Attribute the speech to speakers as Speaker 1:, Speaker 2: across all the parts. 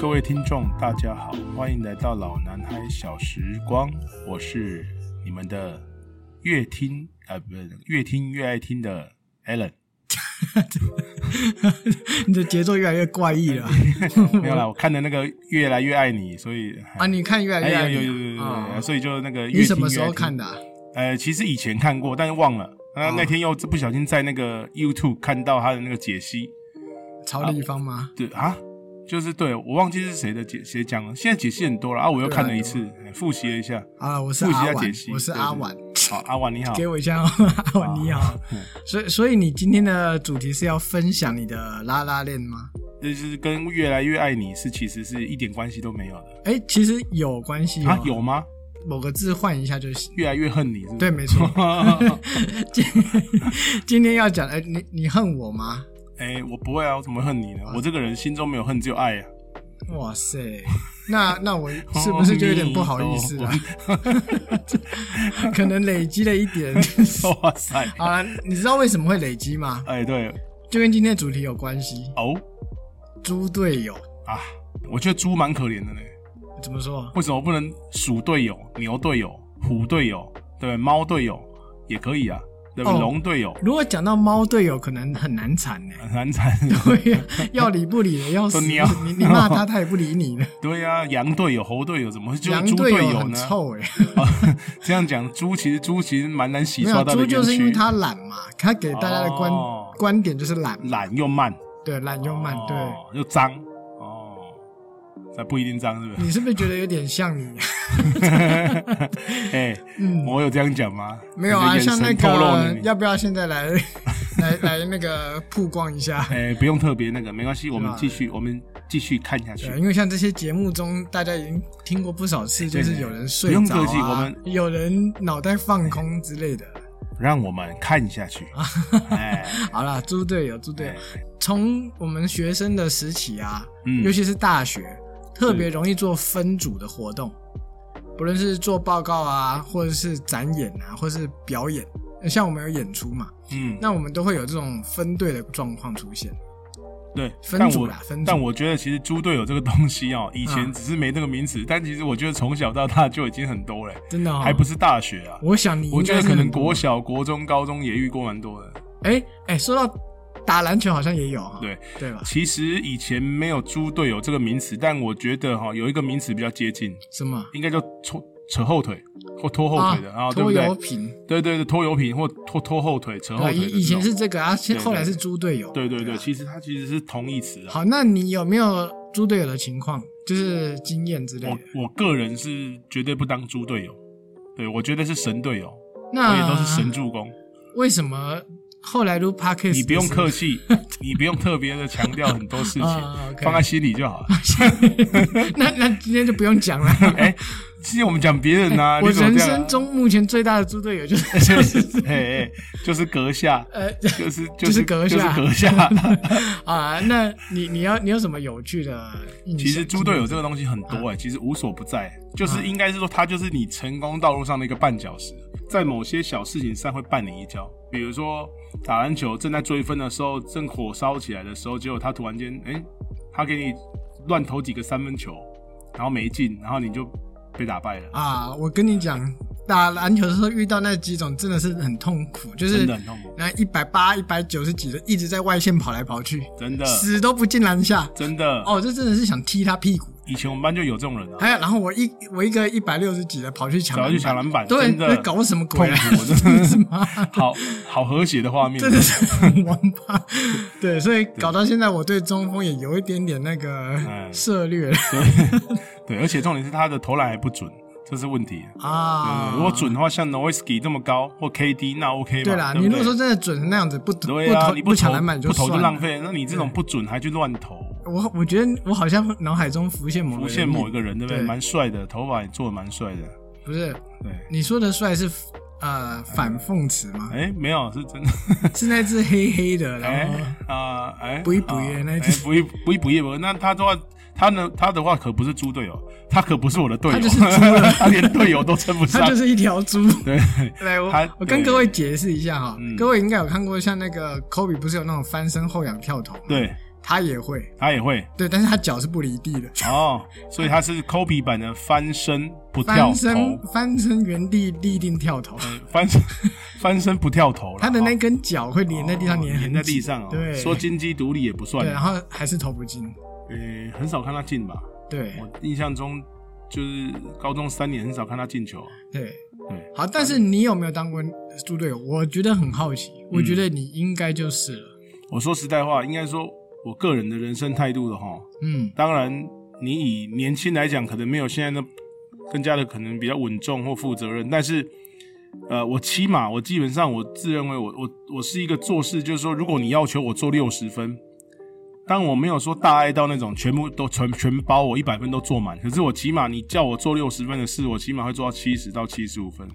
Speaker 1: 各位听众，大家好，欢迎来到老男孩小时光，我是你们的越听啊，不是越听越爱听的 Alan。
Speaker 2: 你的节奏越来越怪异了
Speaker 1: 没有啦，我看的那个越来越爱你，所以
Speaker 2: 啊！你看越来
Speaker 1: 哎
Speaker 2: 越
Speaker 1: 有
Speaker 2: 爱
Speaker 1: 有有有
Speaker 2: 你
Speaker 1: 有
Speaker 2: 啊
Speaker 1: 有，所以就那个
Speaker 2: 你
Speaker 1: 越
Speaker 2: 什
Speaker 1: 听
Speaker 2: 么
Speaker 1: 越
Speaker 2: 时
Speaker 1: 爱
Speaker 2: 候看
Speaker 1: 听。
Speaker 2: 的啊？
Speaker 1: 呃，其实以前看过，但是忘了。那那天又不小心在那个 YouTube 看到他的那个解析，
Speaker 2: 曹立方吗？
Speaker 1: 对啊，就是对我忘记是谁的解谁讲了。现在解析很多了啊，我又
Speaker 2: 对啊
Speaker 1: 看了一次，哎复习了一下。
Speaker 2: 啊，我是
Speaker 1: 复习一
Speaker 2: 阿
Speaker 1: 下
Speaker 2: 婉
Speaker 1: 解，析
Speaker 2: 我是
Speaker 1: 对
Speaker 2: 阿
Speaker 1: 对
Speaker 2: 婉，
Speaker 1: 好，阿婉你好，
Speaker 2: 给我一下哦，阿婉你好。所以，所以你今天的主题是要分享你的拉拉链吗？
Speaker 1: 就是跟越来越爱你是其实是一点关系都没有的
Speaker 2: 哎，其实有关系
Speaker 1: 啊
Speaker 2: 哦，
Speaker 1: 有吗？
Speaker 2: 某个字换一下就行。
Speaker 1: 越来越恨你是不是？
Speaker 2: 对，没错。今今天要讲，哎，你你恨我吗？
Speaker 1: 哎、我不会啊，我怎么会恨你呢？我这个人心中没有恨，只有爱 啊。
Speaker 2: 哇塞，那那我是不是就有点不好意思了？
Speaker 1: 哦
Speaker 2: 可能累积了一 点。
Speaker 1: 哇塞！
Speaker 2: 好了，你知道为什么会累积吗？
Speaker 1: 哎、对
Speaker 2: 就跟今天的主题有关系。
Speaker 1: 哦
Speaker 2: 猪队友
Speaker 1: 啊，我觉得猪蛮可怜的呢。
Speaker 2: 怎么说？
Speaker 1: 为什么不能鼠队友、牛队友、虎队友，对不对？猫队友也可以啊，对不对？
Speaker 2: 哦
Speaker 1: 龙队友
Speaker 2: 如果讲到猫队友，可能很难缠呢、
Speaker 1: 很难 缠。
Speaker 2: 对呀、要理不理的，要死
Speaker 1: 都
Speaker 2: 你
Speaker 1: 喵
Speaker 2: 你你骂他，他也不理你的。
Speaker 1: 对啊，羊队友、猴队友怎么会 就是
Speaker 2: 羊
Speaker 1: 猪
Speaker 2: 队
Speaker 1: 队
Speaker 2: 友
Speaker 1: 友
Speaker 2: 很
Speaker 1: 呢？
Speaker 2: 臭哎、
Speaker 1: 哦 这样讲，猪其实猪其实蛮难洗
Speaker 2: 没
Speaker 1: 刷
Speaker 2: 有
Speaker 1: 到的
Speaker 2: 猪
Speaker 1: 冤屈。
Speaker 2: 就是因为他懒嘛，他给大家的观、
Speaker 1: 哦
Speaker 2: 观点就是懒，
Speaker 1: 懒又慢，
Speaker 2: 对懒又慢，对。
Speaker 1: 哦对，又脏哦，那不一定脏是 不是？
Speaker 2: 你是不是觉得有点像你？
Speaker 1: 哎、
Speaker 2: 嗯，
Speaker 1: 我有这样讲吗？
Speaker 2: 没有啊，
Speaker 1: 你的眼
Speaker 2: 像
Speaker 1: 神
Speaker 2: 那
Speaker 1: 透露了
Speaker 2: 个
Speaker 1: 你
Speaker 2: 要不要现在来 来来那个曝光一下？
Speaker 1: 哎、不用特别那个，没关系，我们
Speaker 2: 对啊
Speaker 1: 继续，我们继续看下去
Speaker 2: 对，。因为像这些节目中，大家已经听过不少次，
Speaker 1: 对
Speaker 2: 就是有人睡着、啊，
Speaker 1: 不用客气我们
Speaker 2: 有人脑袋放空之类的。
Speaker 1: 让我们看下去。
Speaker 2: 啊
Speaker 1: 哎，
Speaker 2: 好啦，猪队友，猪队友
Speaker 1: 哎，
Speaker 2: 从我们学生的时期啊，
Speaker 1: 嗯
Speaker 2: 尤其是大学，特别容易做分组的活动，不论是做报告啊，或者是展演啊，或者是表演，像我们有演出嘛，
Speaker 1: 嗯，
Speaker 2: 那我们都会有这种分队的状况出现。
Speaker 1: 对，
Speaker 2: 分
Speaker 1: 但
Speaker 2: 组
Speaker 1: 我
Speaker 2: 啦分组
Speaker 1: 但我觉得其实猪队友这个东西哦，以前
Speaker 2: 嗯
Speaker 1: 只是没这个名词，但其实我觉得从小到大就已经很多了，
Speaker 2: 真的、哦，
Speaker 1: 还不是大学啊。
Speaker 2: 我想你应
Speaker 1: 我
Speaker 2: 该
Speaker 1: 觉
Speaker 2: 是
Speaker 1: 得可能
Speaker 2: 很多
Speaker 1: 国小、国中、高中也遇过蛮多的。
Speaker 2: 哎哎、说到打篮球好像也有哈，
Speaker 1: 对，
Speaker 2: 对吧？
Speaker 1: 其实以前没有“猪队友”这个名词，但我觉得哈、有一个名词比较接近，
Speaker 2: 什么？
Speaker 1: 应该叫拖扯后腿或拖后腿的啊，对不
Speaker 2: 拖
Speaker 1: 对
Speaker 2: 油？瓶，
Speaker 1: 对对对，拖油瓶或拖拖后腿、扯后
Speaker 2: 啊
Speaker 1: 腿的
Speaker 2: 以
Speaker 1: 这种。
Speaker 2: 以前是这个啊，现
Speaker 1: 对对
Speaker 2: 后来是猪队友，
Speaker 1: 对对对，
Speaker 2: 啊
Speaker 1: 其实它其实是同义词啊。
Speaker 2: 好，那你有没有猪队友的情况，就是经验之类的？
Speaker 1: 我我个人是绝对不当猪队友，对我觉得是神队友，我
Speaker 2: 那
Speaker 1: 也都是神。助攻。
Speaker 2: 为什么后来录 podcast
Speaker 1: 你不用客
Speaker 2: 气，
Speaker 1: 气， 你不用特别的强调很多事
Speaker 2: 啊
Speaker 1: 情，
Speaker 2: ，OK
Speaker 1: 放在心里就好了。
Speaker 2: 那那今天就不用讲了。
Speaker 1: 哎，其实我们讲别人啊，
Speaker 2: 我
Speaker 1: 你怎么
Speaker 2: 人
Speaker 1: 这样
Speaker 2: 生
Speaker 1: 啊？
Speaker 2: 中目前最大的猪队友就是
Speaker 1: 就
Speaker 2: 就是
Speaker 1: 是哎哎，就是阁下，
Speaker 2: 呃
Speaker 1: 就是
Speaker 2: 就是是阁下
Speaker 1: 就是阁 下。
Speaker 2: 啊，那你你要你有什么有趣的印象？
Speaker 1: 其实猪队友这个东西很
Speaker 2: 嗯
Speaker 1: 多哎、其实无所不在，就是应该是说它就是你成功道路上的一个绊脚石，在某些小事情上会绊你一跤。比如说打篮球正在追分的时候，正火烧起来的时候，结果他突然间，哎、他给你乱投几个三分球，然后没进，然后你就被打败了，
Speaker 2: 啊，我跟你讲，打篮球的时候遇到那几种真的是很痛苦，就是
Speaker 1: 真的很痛苦，
Speaker 2: 然后一百八、一百九十几的一直在外线跑来跑去，
Speaker 1: 真的
Speaker 2: 死都不进篮下。
Speaker 1: 真的。
Speaker 2: 哦，哎这真的是想踢他屁股。
Speaker 1: 以前我们班就有这种人啊，
Speaker 2: 还有，然后我一我一个一百六十几的跑去抢
Speaker 1: 想
Speaker 2: 篮
Speaker 1: 要
Speaker 2: 板，
Speaker 1: 去抢篮板，
Speaker 2: 对，
Speaker 1: 真的
Speaker 2: 这搞什么
Speaker 1: 痛
Speaker 2: 鬼啊？啊
Speaker 1: 苦， 真的好好和谐的画面，啊
Speaker 2: 真的是很 王八。对，所以搞到现在，我对中锋也有一点点那个
Speaker 1: 嗯
Speaker 2: 涉 略
Speaker 1: 对，而且重点是他的投篮还不准，这是问题。
Speaker 2: 啊
Speaker 1: 嗯，。如果准的话，像 Noisky 这么高或 KD 那 OK 嘛？
Speaker 2: 对
Speaker 1: 对
Speaker 2: 啦，
Speaker 1: 不
Speaker 2: 你如果
Speaker 1: 对
Speaker 2: 说真的准成那样子，不投
Speaker 1: 对啊，
Speaker 2: 投
Speaker 1: 你
Speaker 2: 不
Speaker 1: 投
Speaker 2: 抢篮板
Speaker 1: 不投
Speaker 2: 算
Speaker 1: 就
Speaker 2: 了
Speaker 1: 浪费。那你这种不准还去乱投，
Speaker 2: 我我觉得我好像脑海中浮现某个
Speaker 1: 浮现
Speaker 2: 人
Speaker 1: 某一
Speaker 2: 影
Speaker 1: 个人对不对？
Speaker 2: 对
Speaker 1: 蛮帅的，头发也做的蛮帅的。
Speaker 2: 不是
Speaker 1: 对，
Speaker 2: 你说的帅是呃反讽词吗？
Speaker 1: 哎，没有是真的。
Speaker 2: 是那只黑黑的，
Speaker 1: 哎
Speaker 2: 然后
Speaker 1: 啊哎，
Speaker 2: 不一不一的那一只
Speaker 1: 哎不一不一不一不一，那他的话。他呢？他的话可不是猪队友，他可不是我的队友，
Speaker 2: 他就是猪 了
Speaker 1: 他连队友都称不上。
Speaker 2: 它就是一条猪。
Speaker 1: 对，
Speaker 2: 来，我
Speaker 1: 它
Speaker 2: 我跟
Speaker 1: 对
Speaker 2: 各位解释一下哈
Speaker 1: 嗯，
Speaker 2: 各位应该有看过像那个科比不是有那种翻身后仰跳投吗？
Speaker 1: 对，
Speaker 2: 他也会，
Speaker 1: 他也会
Speaker 2: 对，但是他脚是不离地的，
Speaker 1: 哦，所以他是 Kobe 版的翻身不跳
Speaker 2: 翻
Speaker 1: 投
Speaker 2: 身，翻身原地立定跳投，
Speaker 1: 嗯翻身 翻身不跳投了。
Speaker 2: 他的那
Speaker 1: 哦
Speaker 2: 根脚会粘在地上，
Speaker 1: 哦
Speaker 2: 粘很
Speaker 1: 粘在地
Speaker 2: 紧
Speaker 1: 上哦。
Speaker 2: 对，
Speaker 1: 说金鸡独立也不算
Speaker 2: 对，，然后还是投不进，
Speaker 1: 呃，很少看他进吧。
Speaker 2: 对
Speaker 1: 我印象中就是高中三年很少看他进球啊。
Speaker 2: 对。
Speaker 1: 对，
Speaker 2: 好，但是你有没有当过猪队友？我觉得很好
Speaker 1: 嗯
Speaker 2: 奇，我觉得你应该就是了。
Speaker 1: 我说实在话，应该说我个人的人生态度的哈，
Speaker 2: 嗯
Speaker 1: 当然，你以年轻来讲，可能没有现在的更加的可能比较稳重或负责任，但是，呃，我起码我基本上我自认为我我我是一个做事，就是说，如果你要求我做六十分，当我没有说大爱到那种全部都全全包我一百分都做满，可是我起码你叫我做六十分的事，我起码会做到七十到七十五分，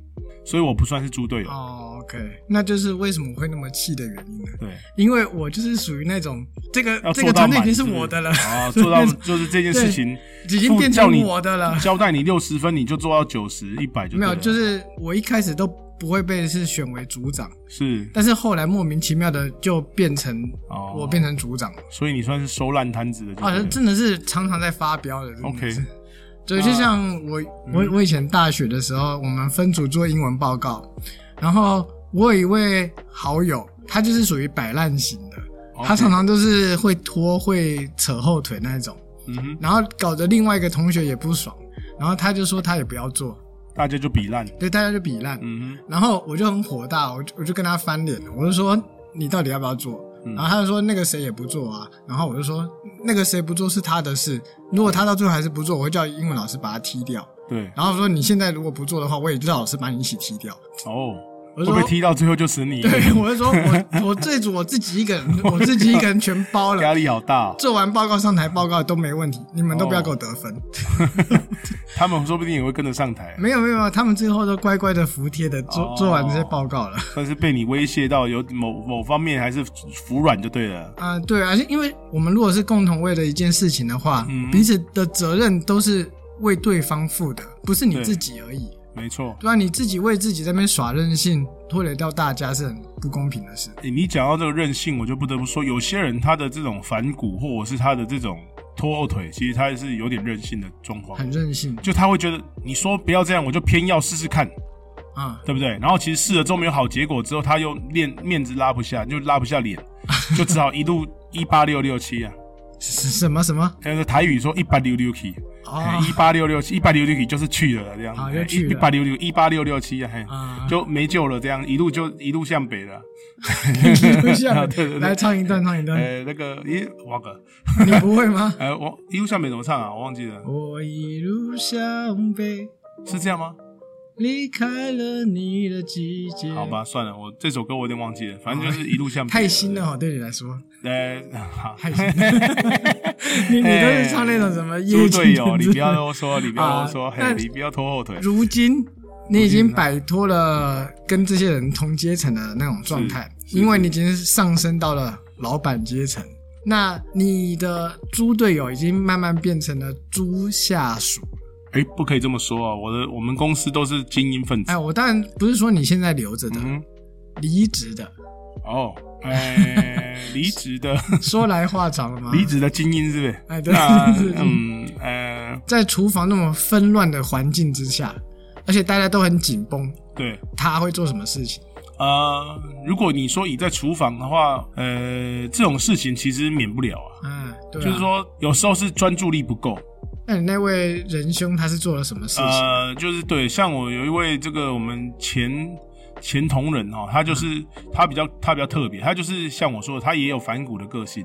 Speaker 1: 所以我不算是猪队友。
Speaker 2: 哦，OK，那就是为什么会那么气的原因呢？
Speaker 1: 对，
Speaker 2: 因为我就是属于那种这个
Speaker 1: 要
Speaker 2: 这
Speaker 1: 做
Speaker 2: 个
Speaker 1: 到
Speaker 2: 团队已
Speaker 1: 满
Speaker 2: 经是
Speaker 1: 不
Speaker 2: 我的了，
Speaker 1: 啊，做到
Speaker 2: 那种
Speaker 1: 就是这件事情
Speaker 2: 已经
Speaker 1: 付
Speaker 2: 变
Speaker 1: 叫
Speaker 2: 成
Speaker 1: 你
Speaker 2: 我的了。
Speaker 1: 交代你六十分，你就做到九十、一百就
Speaker 2: 没有，
Speaker 1: 对了
Speaker 2: 就是我一开始都不会被是选为组长，
Speaker 1: 是
Speaker 2: 但是后来莫名其妙的就变成
Speaker 1: 哦
Speaker 2: 我变成组长了，
Speaker 1: 所以你算是收烂摊子的就
Speaker 2: 好
Speaker 1: 对了，
Speaker 2: 像哦真的是常常在发飙的。真
Speaker 1: 嗯
Speaker 2: 的
Speaker 1: OK 嗯
Speaker 2: 是对，就像我我我以前大学的时候，我们分组做英文报告，然后我有一位好友，他就是属于摆烂型的，
Speaker 1: OK
Speaker 2: 他常常都是会拖会扯后腿那种，
Speaker 1: 嗯哼，
Speaker 2: 然后搞得另外一个同学也不爽，然后他就说他也不要做，
Speaker 1: 大家就比烂，
Speaker 2: 对，大家就比烂，
Speaker 1: 嗯哼，
Speaker 2: 然后我就很火大，我就我就跟他翻脸了，我就说你到底要不要做？
Speaker 1: 嗯
Speaker 2: 然后他就说那个谁也不做啊，然后我就说那个谁不做是他的事，如果他到最后还是不做，我会叫英文老师把他踢掉。
Speaker 1: 对，
Speaker 2: 然后说你现在如果不做的话，我也就叫老师把你一起踢掉。
Speaker 1: 哦，
Speaker 2: 我
Speaker 1: 会不
Speaker 2: 就说
Speaker 1: 会踢到最后就死你一个人？
Speaker 2: 对，我就说我我这组我自己一个人， 我自己一个人全 包
Speaker 1: 压
Speaker 2: 了，
Speaker 1: 力好大哦、
Speaker 2: 做完报告上台报告都没问题，你们都不要给我得分。
Speaker 1: 他们说不定也会跟着上台，
Speaker 2: 没有没有没有，他们最后都乖乖的服帖的做、
Speaker 1: 哦
Speaker 2: 做完这些报告了。
Speaker 1: 但是被你威胁到有某某方面还是服软就对了。
Speaker 2: 啊、对啊，因为我们如果是共同为了一件事情的话，
Speaker 1: 嗯
Speaker 2: 彼此的责任都是为对方负的，不是你
Speaker 1: 对
Speaker 2: 自己而已。
Speaker 1: 没错，
Speaker 2: 对啊，你自己为自己在那边耍任性，拖累到大家是很不公平的事。
Speaker 1: 诶你讲到这个任性，我就不得不说，有些人他的这种反骨或者是他的这种拖后腿，其实他是有点任性的状况，
Speaker 2: 很任性
Speaker 1: 就他会觉得你说不要这样，我就偏要试试看。
Speaker 2: 啊，
Speaker 1: 对不对？然后其实试了之后没有好结果，之后他又面面子拉不下，就拉不下脸，就只好一 路一八六六七啊。
Speaker 2: 什什么什么
Speaker 1: 那个台语说一八六六七，
Speaker 2: 哦
Speaker 1: 一八六六七，一八六六七就是去了这样
Speaker 2: 啊
Speaker 1: 子，
Speaker 2: 又去了
Speaker 1: 一八六六一八六六七啊，嘿，
Speaker 2: 啊，
Speaker 1: 就没救了这样，一路就一路向北了。
Speaker 2: 留下
Speaker 1: 啊对对对
Speaker 2: 来唱一段，唱一段，
Speaker 1: 呃，那个咦，王哥，？
Speaker 2: 你不会吗
Speaker 1: 呃，王一路向北怎么唱啊？我忘记了，
Speaker 2: 我一路向北，
Speaker 1: 是这样吗？
Speaker 2: 离开了你的季节。
Speaker 1: 好，吧，算了，我这首歌我有点忘记了，反正就是一路向北。
Speaker 2: 太新了哦，对你来说。
Speaker 1: 呃， 好，
Speaker 2: 太新 了你你都是唱那种什么夜
Speaker 1: 哎猪队
Speaker 2: 情
Speaker 1: 友，
Speaker 2: 人
Speaker 1: 你
Speaker 2: 之
Speaker 1: 不要
Speaker 2: 类
Speaker 1: 啰嗦，你不要啰嗦，
Speaker 2: 啊
Speaker 1: 嘿，
Speaker 2: 但
Speaker 1: 你不要拖后腿。
Speaker 2: 如今你已经摆脱了跟这些人同阶层的那种状态，
Speaker 1: 嗯是
Speaker 2: 因为你已经上升到了老板阶层。那你的猪队友已经慢慢变成了猪下属。
Speaker 1: 哎，不可以这么说啊！我的我们公司都是精英分子
Speaker 2: 哎，。我当然不是说你现在留着的，
Speaker 1: 嗯，
Speaker 2: 离职的，
Speaker 1: 哦，哎，离职 的，
Speaker 2: 说来话长了嘛。
Speaker 1: 离，职的精英是不是？
Speaker 2: 哎，对，
Speaker 1: 那
Speaker 2: 是是
Speaker 1: 嗯呃，
Speaker 2: 在厨房那么纷乱的环境之下，而且大家都很紧绷，
Speaker 1: 对，
Speaker 2: 他会做什么事情？
Speaker 1: 呃，如果你说你在厨房的话，呃，这种事情其实免不了啊。
Speaker 2: 嗯，对、啊，
Speaker 1: 就是，说，有时候是专注力不够，
Speaker 2: 那你那位仁兄他是做了什么事情？
Speaker 1: 呃，就是对，像我有一位这个我们前前同仁哦，他就是、
Speaker 2: 嗯
Speaker 1: 他比较他比较特别，他就是像我说的，他也有反骨的个性，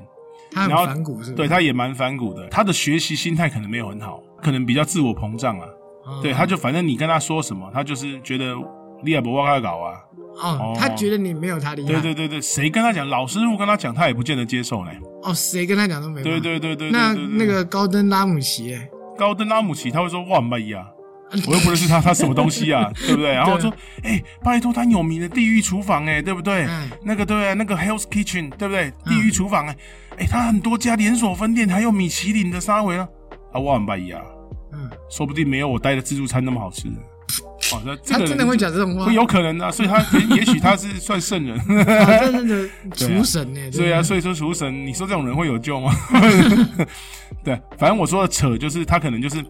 Speaker 2: 他很
Speaker 1: 然后
Speaker 2: 反骨是吧？
Speaker 1: 对，他也蛮反骨的，他的学习心态可能没有很好，可能比较自我膨胀啊，
Speaker 2: 哦
Speaker 1: 对，他就反正你跟他说什么，他就是觉得利亚伯瓦卡搞啊，
Speaker 2: 哦
Speaker 1: 哦，
Speaker 2: 他觉得你没有他厉害，
Speaker 1: 对对对对，谁跟他讲，老师傅跟他讲，他也不见得接受呢，
Speaker 2: 哦，谁跟他讲都没有。
Speaker 1: 对对对对对
Speaker 2: 啊那
Speaker 1: 对对
Speaker 2: 那个高登拉姆齐，哎
Speaker 1: 高登拉姆齐他会说哇妈呀，我又不认识 他，他什么东西啊，对不对？然后我说，哎、拜托，他有名的地狱厨房、哎，对不对？
Speaker 2: 嗯
Speaker 1: 那个对不对，啊那个 Hell's Kitchen，对不对？地狱厨房、哎、哎，他很多家连锁分店，还有米其林的沙维啊，啊，我很拜呀，
Speaker 2: 嗯，
Speaker 1: 说不定没有我待的自助餐那么好吃。哦，那这
Speaker 2: 他
Speaker 1: 个人
Speaker 2: 真的会讲这种话
Speaker 1: 会，有可能啊，所以他也许他是算圣 人，
Speaker 2: 啊他真的厨神呢，
Speaker 1: 对啊，
Speaker 2: 真的
Speaker 1: 所以说厨神，你说这种人会有救吗？对，反正我说的扯就是他可能就是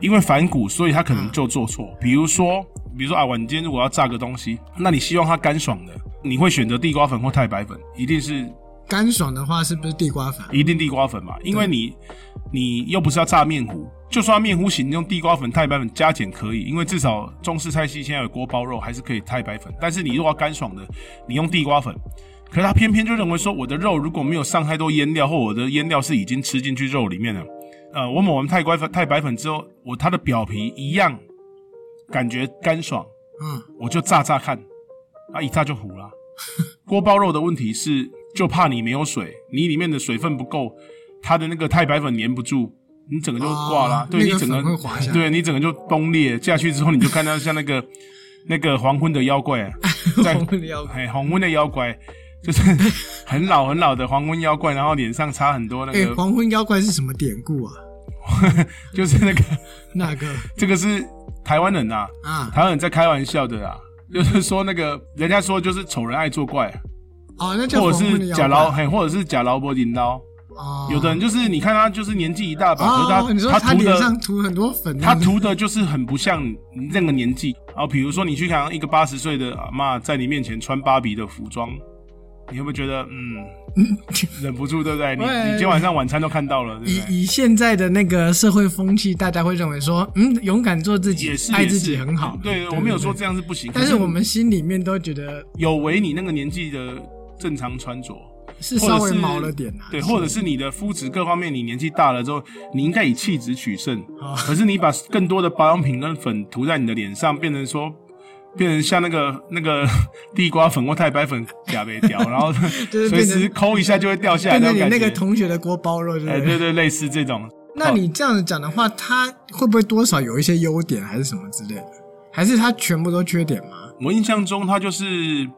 Speaker 1: 因为反骨，所以他可能就做错。比如说，比如说啊，晚间如果要炸个东西，那你希望它干爽的，你会选择地瓜粉或太白粉，一定是
Speaker 2: 干爽的话是不是地瓜粉？
Speaker 1: 一定地瓜粉嘛，因为你你又不是要炸面糊，就算它面糊型用地瓜粉、太白粉加减可以，因为至少中式菜系现在有锅包肉，还是可以太白粉。但是你如果要干爽的，你用地瓜粉，可是他偏偏就认为说，我的肉如果没有上太多腌料，或我的腌料是已经吃进去肉里面了，呃，我抹完太白粉、太白粉之后，我它的表皮一样感觉干爽，
Speaker 2: 嗯，
Speaker 1: 我就炸炸看，啊，一炸就糊 了。锅包肉的问题是，就怕你没有水，你里面的水分不够，它的那个太白粉粘不住，你整个就挂啦。
Speaker 2: 哦
Speaker 1: 对
Speaker 2: 那个
Speaker 1: 你整
Speaker 2: 粉会滑
Speaker 1: 个，
Speaker 2: 下来
Speaker 1: 对你整个就崩裂下去之后，你就看到像那个那个黄昏的妖 怪，啊在
Speaker 2: 我们聊
Speaker 1: 哎黄昏的妖怪，就是很老很老的黄昏妖怪，然后脸上擦很多那
Speaker 2: 哎，
Speaker 1: 个，
Speaker 2: 黄昏妖怪是什么典故啊？
Speaker 1: 就是那个
Speaker 2: 那个
Speaker 1: 这个是台湾人呐、
Speaker 2: 啊，
Speaker 1: 台湾人在开玩笑的啦，就是说那个人家说就是丑人爱作怪。啊
Speaker 2: 哦，那叫
Speaker 1: 或
Speaker 2: 黄
Speaker 1: 者
Speaker 2: 昏的
Speaker 1: 是
Speaker 2: 妖
Speaker 1: 假
Speaker 2: 怪
Speaker 1: 劳，嘿，或者是假劳勃银刀。
Speaker 2: 哦
Speaker 1: 有的人就是你看他就是年纪一大把，
Speaker 2: 哦，
Speaker 1: 可
Speaker 2: 你
Speaker 1: 是
Speaker 2: 说
Speaker 1: 他
Speaker 2: 他
Speaker 1: 涂
Speaker 2: 脸
Speaker 1: 的
Speaker 2: 上涂很多粉，
Speaker 1: 他涂的就是很不像你那个年纪。然后比如说你去看一个八十岁的阿妈在你面前穿芭比的服装，你会不会觉得嗯，忍不住对不对？ 你
Speaker 2: 会
Speaker 1: 你今天晚上晚餐都看到了，对不对？
Speaker 2: 以以现在的那个社会风气，大家会认为说，嗯，勇敢做自己
Speaker 1: 也，是
Speaker 2: 爱
Speaker 1: 也
Speaker 2: 自
Speaker 1: 是
Speaker 2: 己很好。
Speaker 1: 对，我没有说这样是不行，
Speaker 2: 但
Speaker 1: 可
Speaker 2: 是我们心里面都觉得
Speaker 1: 有违你那个年纪的正常穿着。
Speaker 2: 是
Speaker 1: 或者
Speaker 2: 稍微
Speaker 1: 是
Speaker 2: 毛了点啊。
Speaker 1: 对，或者是你的肤质各方面，你年纪大了之后，你应该以气质取胜。
Speaker 2: 啊
Speaker 1: 可是你把更多的保养品跟粉涂在你的脸上，变成说，变成像那个那个地瓜粉或太白粉假没掉，然后
Speaker 2: 就是
Speaker 1: 随
Speaker 2: 变成
Speaker 1: 时抠一下就会掉下来
Speaker 2: 跟
Speaker 1: 的
Speaker 2: 着你
Speaker 1: 感觉。
Speaker 2: 那个同学的锅包肉，对
Speaker 1: 哎，
Speaker 2: 不
Speaker 1: 对
Speaker 2: 对？
Speaker 1: 对，类似这种。
Speaker 2: 那你这样子讲的话，他会不会多少有一些优点，还是什么之类的？还是他全部都缺点吗？
Speaker 1: 我印象中，他就是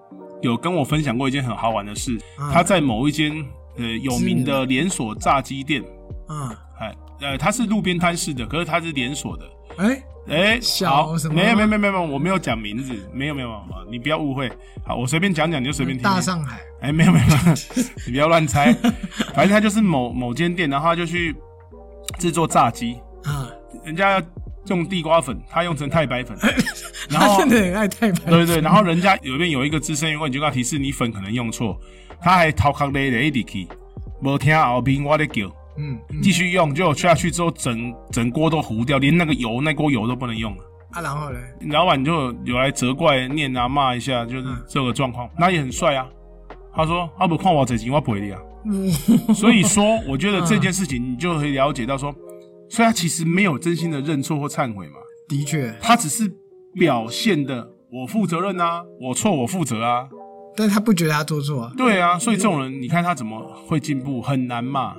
Speaker 1: 有跟我分享过一件很好玩的事，
Speaker 2: 啊
Speaker 1: 他在某一间呃有名的连锁炸鸡店，
Speaker 2: 嗯，
Speaker 1: 哎呃，它是路边摊式的，可是它是连锁的。
Speaker 2: 哎，
Speaker 1: 哎、
Speaker 2: 小
Speaker 1: 好
Speaker 2: 什，么
Speaker 1: 没有没有没有没有，我没有讲名字，没有没有，没有你不要误会。好，我随便讲讲，你就随便听。
Speaker 2: 大上海
Speaker 1: 哎、没有没有，没有你不要乱猜。 反正他就是某某间店，然后他就去制作炸鸡，
Speaker 2: 啊，
Speaker 1: 人家用地瓜粉，他用成太白 粉，然
Speaker 2: 他
Speaker 1: 后呃
Speaker 2: 真的很爱太白。
Speaker 1: 对对，然后人家有一边有一个资深员工，你就跟他提示你粉可能用错，他还头壳咧咧一直去，没听后边我的叫。
Speaker 2: 嗯，嗯
Speaker 1: 继续用，结果下去之后整整锅都糊掉，连那个油那锅油都不能用了。
Speaker 2: 啊，然后嘞，
Speaker 1: 老板就有有来责怪、念啊、骂一下，就是这个状况。那也很帅啊。他说：“阿不看我这钱，我赔你啊。
Speaker 2: 嗯”
Speaker 1: 所以说，我觉得这件事情你就可以了解到说，所以他其实没有真心的认错或忏悔嘛，
Speaker 2: 的确，
Speaker 1: 他只是表现的我负责任啊，我错我负责啊，
Speaker 2: 但他不觉得他做错啊。
Speaker 1: 对啊。所以这种人，你看他怎么会进步，很难嘛。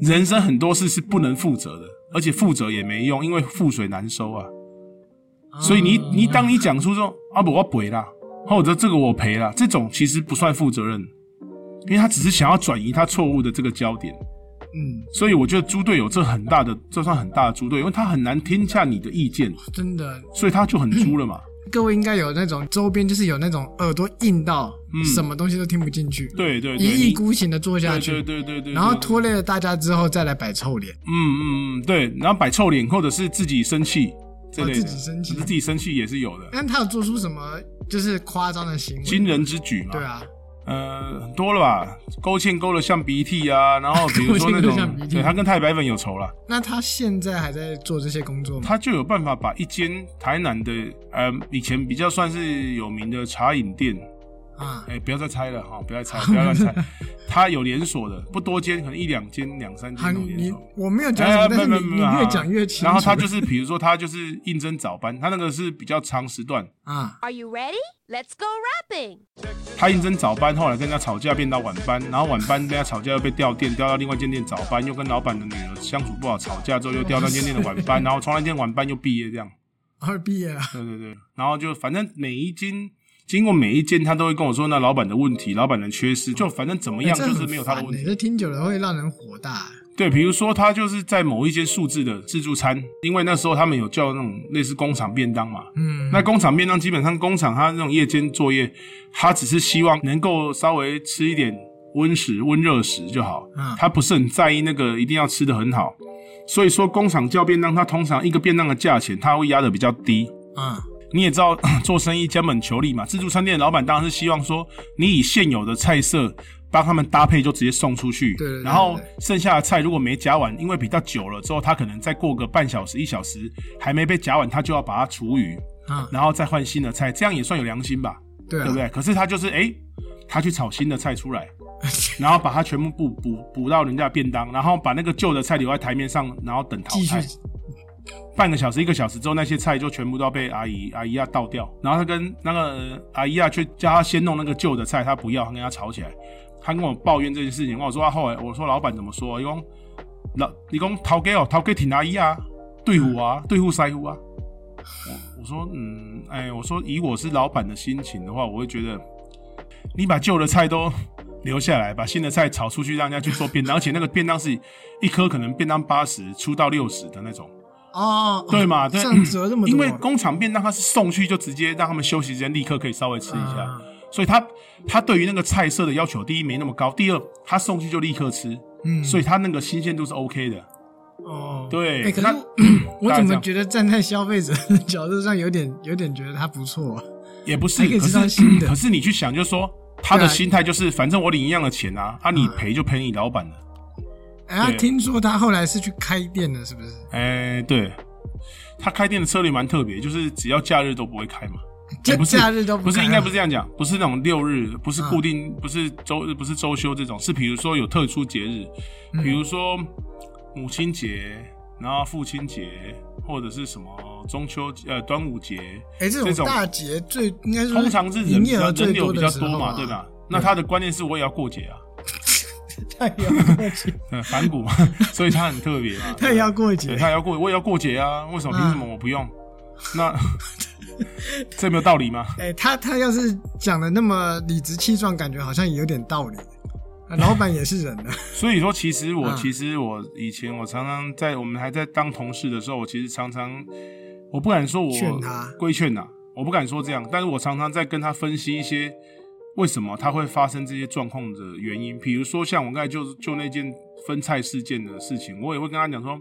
Speaker 1: 人生很多事是不能负责的，而且负责也没用，因为覆水难收啊。所以你
Speaker 2: 哦嗯
Speaker 1: 你当你讲出这种啊不我赔啦，或者这个我赔啦，这种其实不算负责任，因为他只是想要转移他错误的这个焦点。
Speaker 2: 嗯，
Speaker 1: 所以我觉得猪队友这很大的，这算很大的猪队友，因为他很难听下你的意见，
Speaker 2: 真的，
Speaker 1: 所以他就很猪了嘛。
Speaker 2: 各位应该有那种周边，就是有那种耳朵硬到
Speaker 1: 嗯
Speaker 2: 什么东西都听不进去，
Speaker 1: 对对对，
Speaker 2: 一意
Speaker 1: 你
Speaker 2: 孤行的做下
Speaker 1: 对
Speaker 2: 去，
Speaker 1: 对对对对，
Speaker 2: 然后
Speaker 1: 对
Speaker 2: 拖累了大家之后再来摆臭脸，
Speaker 1: 嗯嗯嗯对，然后摆臭脸或者是自己生气这
Speaker 2: 哦
Speaker 1: 类的，
Speaker 2: 自己生气嗯
Speaker 1: 可是自己生气也是有的，
Speaker 2: 但他有做出什么就是夸张的行为？
Speaker 1: 惊人之举嘛。
Speaker 2: 对啊，
Speaker 1: 呃，很多了吧？勾芡勾的像鼻涕 啊，然后比如说那
Speaker 2: 勾芡勾得像
Speaker 1: 种
Speaker 2: 鼻，涕
Speaker 1: 对他跟太白粉有仇啦，
Speaker 2: 那他现在还在做这些工作吗？
Speaker 1: 他就有办法把一间台南的呃以前比较算是有名的茶饮店，
Speaker 2: 啊
Speaker 1: 哎、，不要再猜了哈、不要再 猜，不要乱猜，他有连锁的，不多间，可能一两间、两三
Speaker 2: 好，
Speaker 1: 间那种连
Speaker 2: 你
Speaker 1: 锁。
Speaker 2: 我没有讲什
Speaker 1: 哎
Speaker 2: 么，
Speaker 1: 没
Speaker 2: 但
Speaker 1: 有
Speaker 2: 是
Speaker 1: 没有
Speaker 2: 你
Speaker 1: 没
Speaker 2: 你
Speaker 1: 有
Speaker 2: 越
Speaker 1: 啊
Speaker 2: 讲越清楚。
Speaker 1: 然后他就是，比如说他就是应征早班，他那个是比较长时段，
Speaker 2: 啊，
Speaker 3: Are you ready? Let's go rapping!
Speaker 1: 他应征早班，后来跟人家吵架变到晚班，然后晚班跟人家吵架又被调店，调到另外一间店早班，又跟老板的女儿相处不好，吵架之后又调到那间店的晚班，然后从那间晚班又毕业这样。
Speaker 2: 二毕业了，
Speaker 1: 对对对，然后就反正每一间经过每一间，他都会跟我说那老板的问题，老板的缺失，就反正怎么
Speaker 2: 哎
Speaker 1: 样
Speaker 2: 这
Speaker 1: 就
Speaker 2: 很
Speaker 1: 是没有他的
Speaker 2: 烦
Speaker 1: 问
Speaker 2: 欸
Speaker 1: 题。
Speaker 2: 这听久了会让人火大。
Speaker 1: 对，比如说他就是在某一间数字的自助餐，因为那时候他们有叫那种类似工厂便当嘛。
Speaker 2: 嗯，
Speaker 1: 那工厂便当基本上工厂它那种夜间作业，它只是希望能够稍微吃一点温食、温热食就好
Speaker 2: 嗯，
Speaker 1: 它不是很在意那个一定要吃的很好。所以说工厂叫便当，它通常一个便当的价钱，它会压的比较低。
Speaker 2: 啊，
Speaker 1: 你也知道 做生意将本求利嘛，自助餐店的老板当然是希望说你以现有的菜色帮他们搭配，就直接送出去。
Speaker 2: 对对对
Speaker 1: 然后
Speaker 2: 对
Speaker 1: 剩下的菜如果没夹完，因为比较久了之后，他可能再过个半小时一小时还没被夹完，他就要把它厨余，
Speaker 2: 啊，
Speaker 1: 然后再换新的菜，这样也算有良心吧，
Speaker 2: 对啊，
Speaker 1: 对不对？可是他就是诶，他去炒新的菜出来。然后把它全部补补补到人家的便当，然后把那个旧的菜留在台面上，然后等淘
Speaker 2: 继续
Speaker 1: 汰。半个小时、一个小时之后，那些菜就全部都要被阿姨阿姨亚啊倒掉。然后他跟那个呃阿姨亚啊去叫他先弄那个旧的菜，他不要，他跟他吵起来。他跟我抱怨这件事情，我说他啊后来我说老板怎么说？伊讲老伊讲头家哦，头家挺阿姨啊，对付啊，对付师傅啊。我我说嗯，哎，我说以我是老板的心情的话，我会觉得你把旧的菜都留下来，把新的菜炒出去，让人家去做便当，而且那个便当是一颗可能便当八十出到六十的那种。
Speaker 2: 哦，
Speaker 1: 对嘛？对，
Speaker 2: 这样子有 这么多，
Speaker 1: 因为工厂便当它是送去就直接让他们休息时间立刻可以稍微吃一下，
Speaker 2: 啊
Speaker 1: 所以他他对于那个菜色的要求，第一没那么高，第二他送去就立刻吃，
Speaker 2: 嗯，
Speaker 1: 所以他那个新鲜度是 OK 的。
Speaker 2: 哦，
Speaker 1: 对
Speaker 2: 哎，可
Speaker 1: 那
Speaker 2: 是 我怎么觉得站在消费者 的角度上，有点有点觉得它不错啊？
Speaker 1: 也不是，
Speaker 2: 还可以
Speaker 1: 可
Speaker 2: 吃到
Speaker 1: 是
Speaker 2: 新的
Speaker 1: 可是你去想，就说他的
Speaker 2: 对啊
Speaker 1: 心态就是，反正我领一样的钱啊，啊你赔就赔你老板了。
Speaker 2: 哎，他
Speaker 1: 对
Speaker 2: 听说他后来是去开店了，是不是？
Speaker 1: 哎、对，他开店的策略蛮特别，就是只要假日都不会开嘛。
Speaker 2: 假
Speaker 1: 哎不是
Speaker 2: 假日都
Speaker 1: 不是，
Speaker 2: 开
Speaker 1: 应该不
Speaker 2: 啊
Speaker 1: 是这样讲，不是那种六日，不是
Speaker 2: 嗯
Speaker 1: 固定，不是周日，不是周休这种，是比如说有特殊节日，
Speaker 2: 嗯
Speaker 1: 比如说母亲节，然后父亲节，或者是什么中秋呃端午节，
Speaker 2: 哎，这
Speaker 1: 这
Speaker 2: 种
Speaker 1: 种
Speaker 2: 大节最应该是
Speaker 1: 通常是人
Speaker 2: 嗯营
Speaker 1: 比
Speaker 2: 业
Speaker 1: 较
Speaker 2: 额
Speaker 1: 人
Speaker 2: 最
Speaker 1: 流
Speaker 2: 多
Speaker 1: 比较
Speaker 2: 的时
Speaker 1: 多
Speaker 2: 候
Speaker 1: 嘛，
Speaker 2: 啊
Speaker 1: 对？吧？那他的观念是我也要过节啊，
Speaker 2: 他也要过节，
Speaker 1: 嗯，反骨 嘛，所以他很特别嘛，
Speaker 2: 他也要过
Speaker 1: 对
Speaker 2: 节，
Speaker 1: 他也要过，我也要过节啊，为什么？
Speaker 2: 嗯
Speaker 1: 凭什么我不用？ 那这没有道理吗？
Speaker 2: 哎、他他要是讲的那么理直气壮，感觉好像也有点道理。啊老板也是人 的，
Speaker 1: 所以说，其实我、
Speaker 2: 嗯
Speaker 1: 其实我以前我常常在我们还在当同事的时候，我其实常常我不敢说我
Speaker 2: 劝他
Speaker 1: 规劝呐、我不敢说这样，但是我常常在跟他分析一些为什么他会发生这些状况的原因，比如说像我刚才就就那件分菜事件的事情，我也会跟他讲说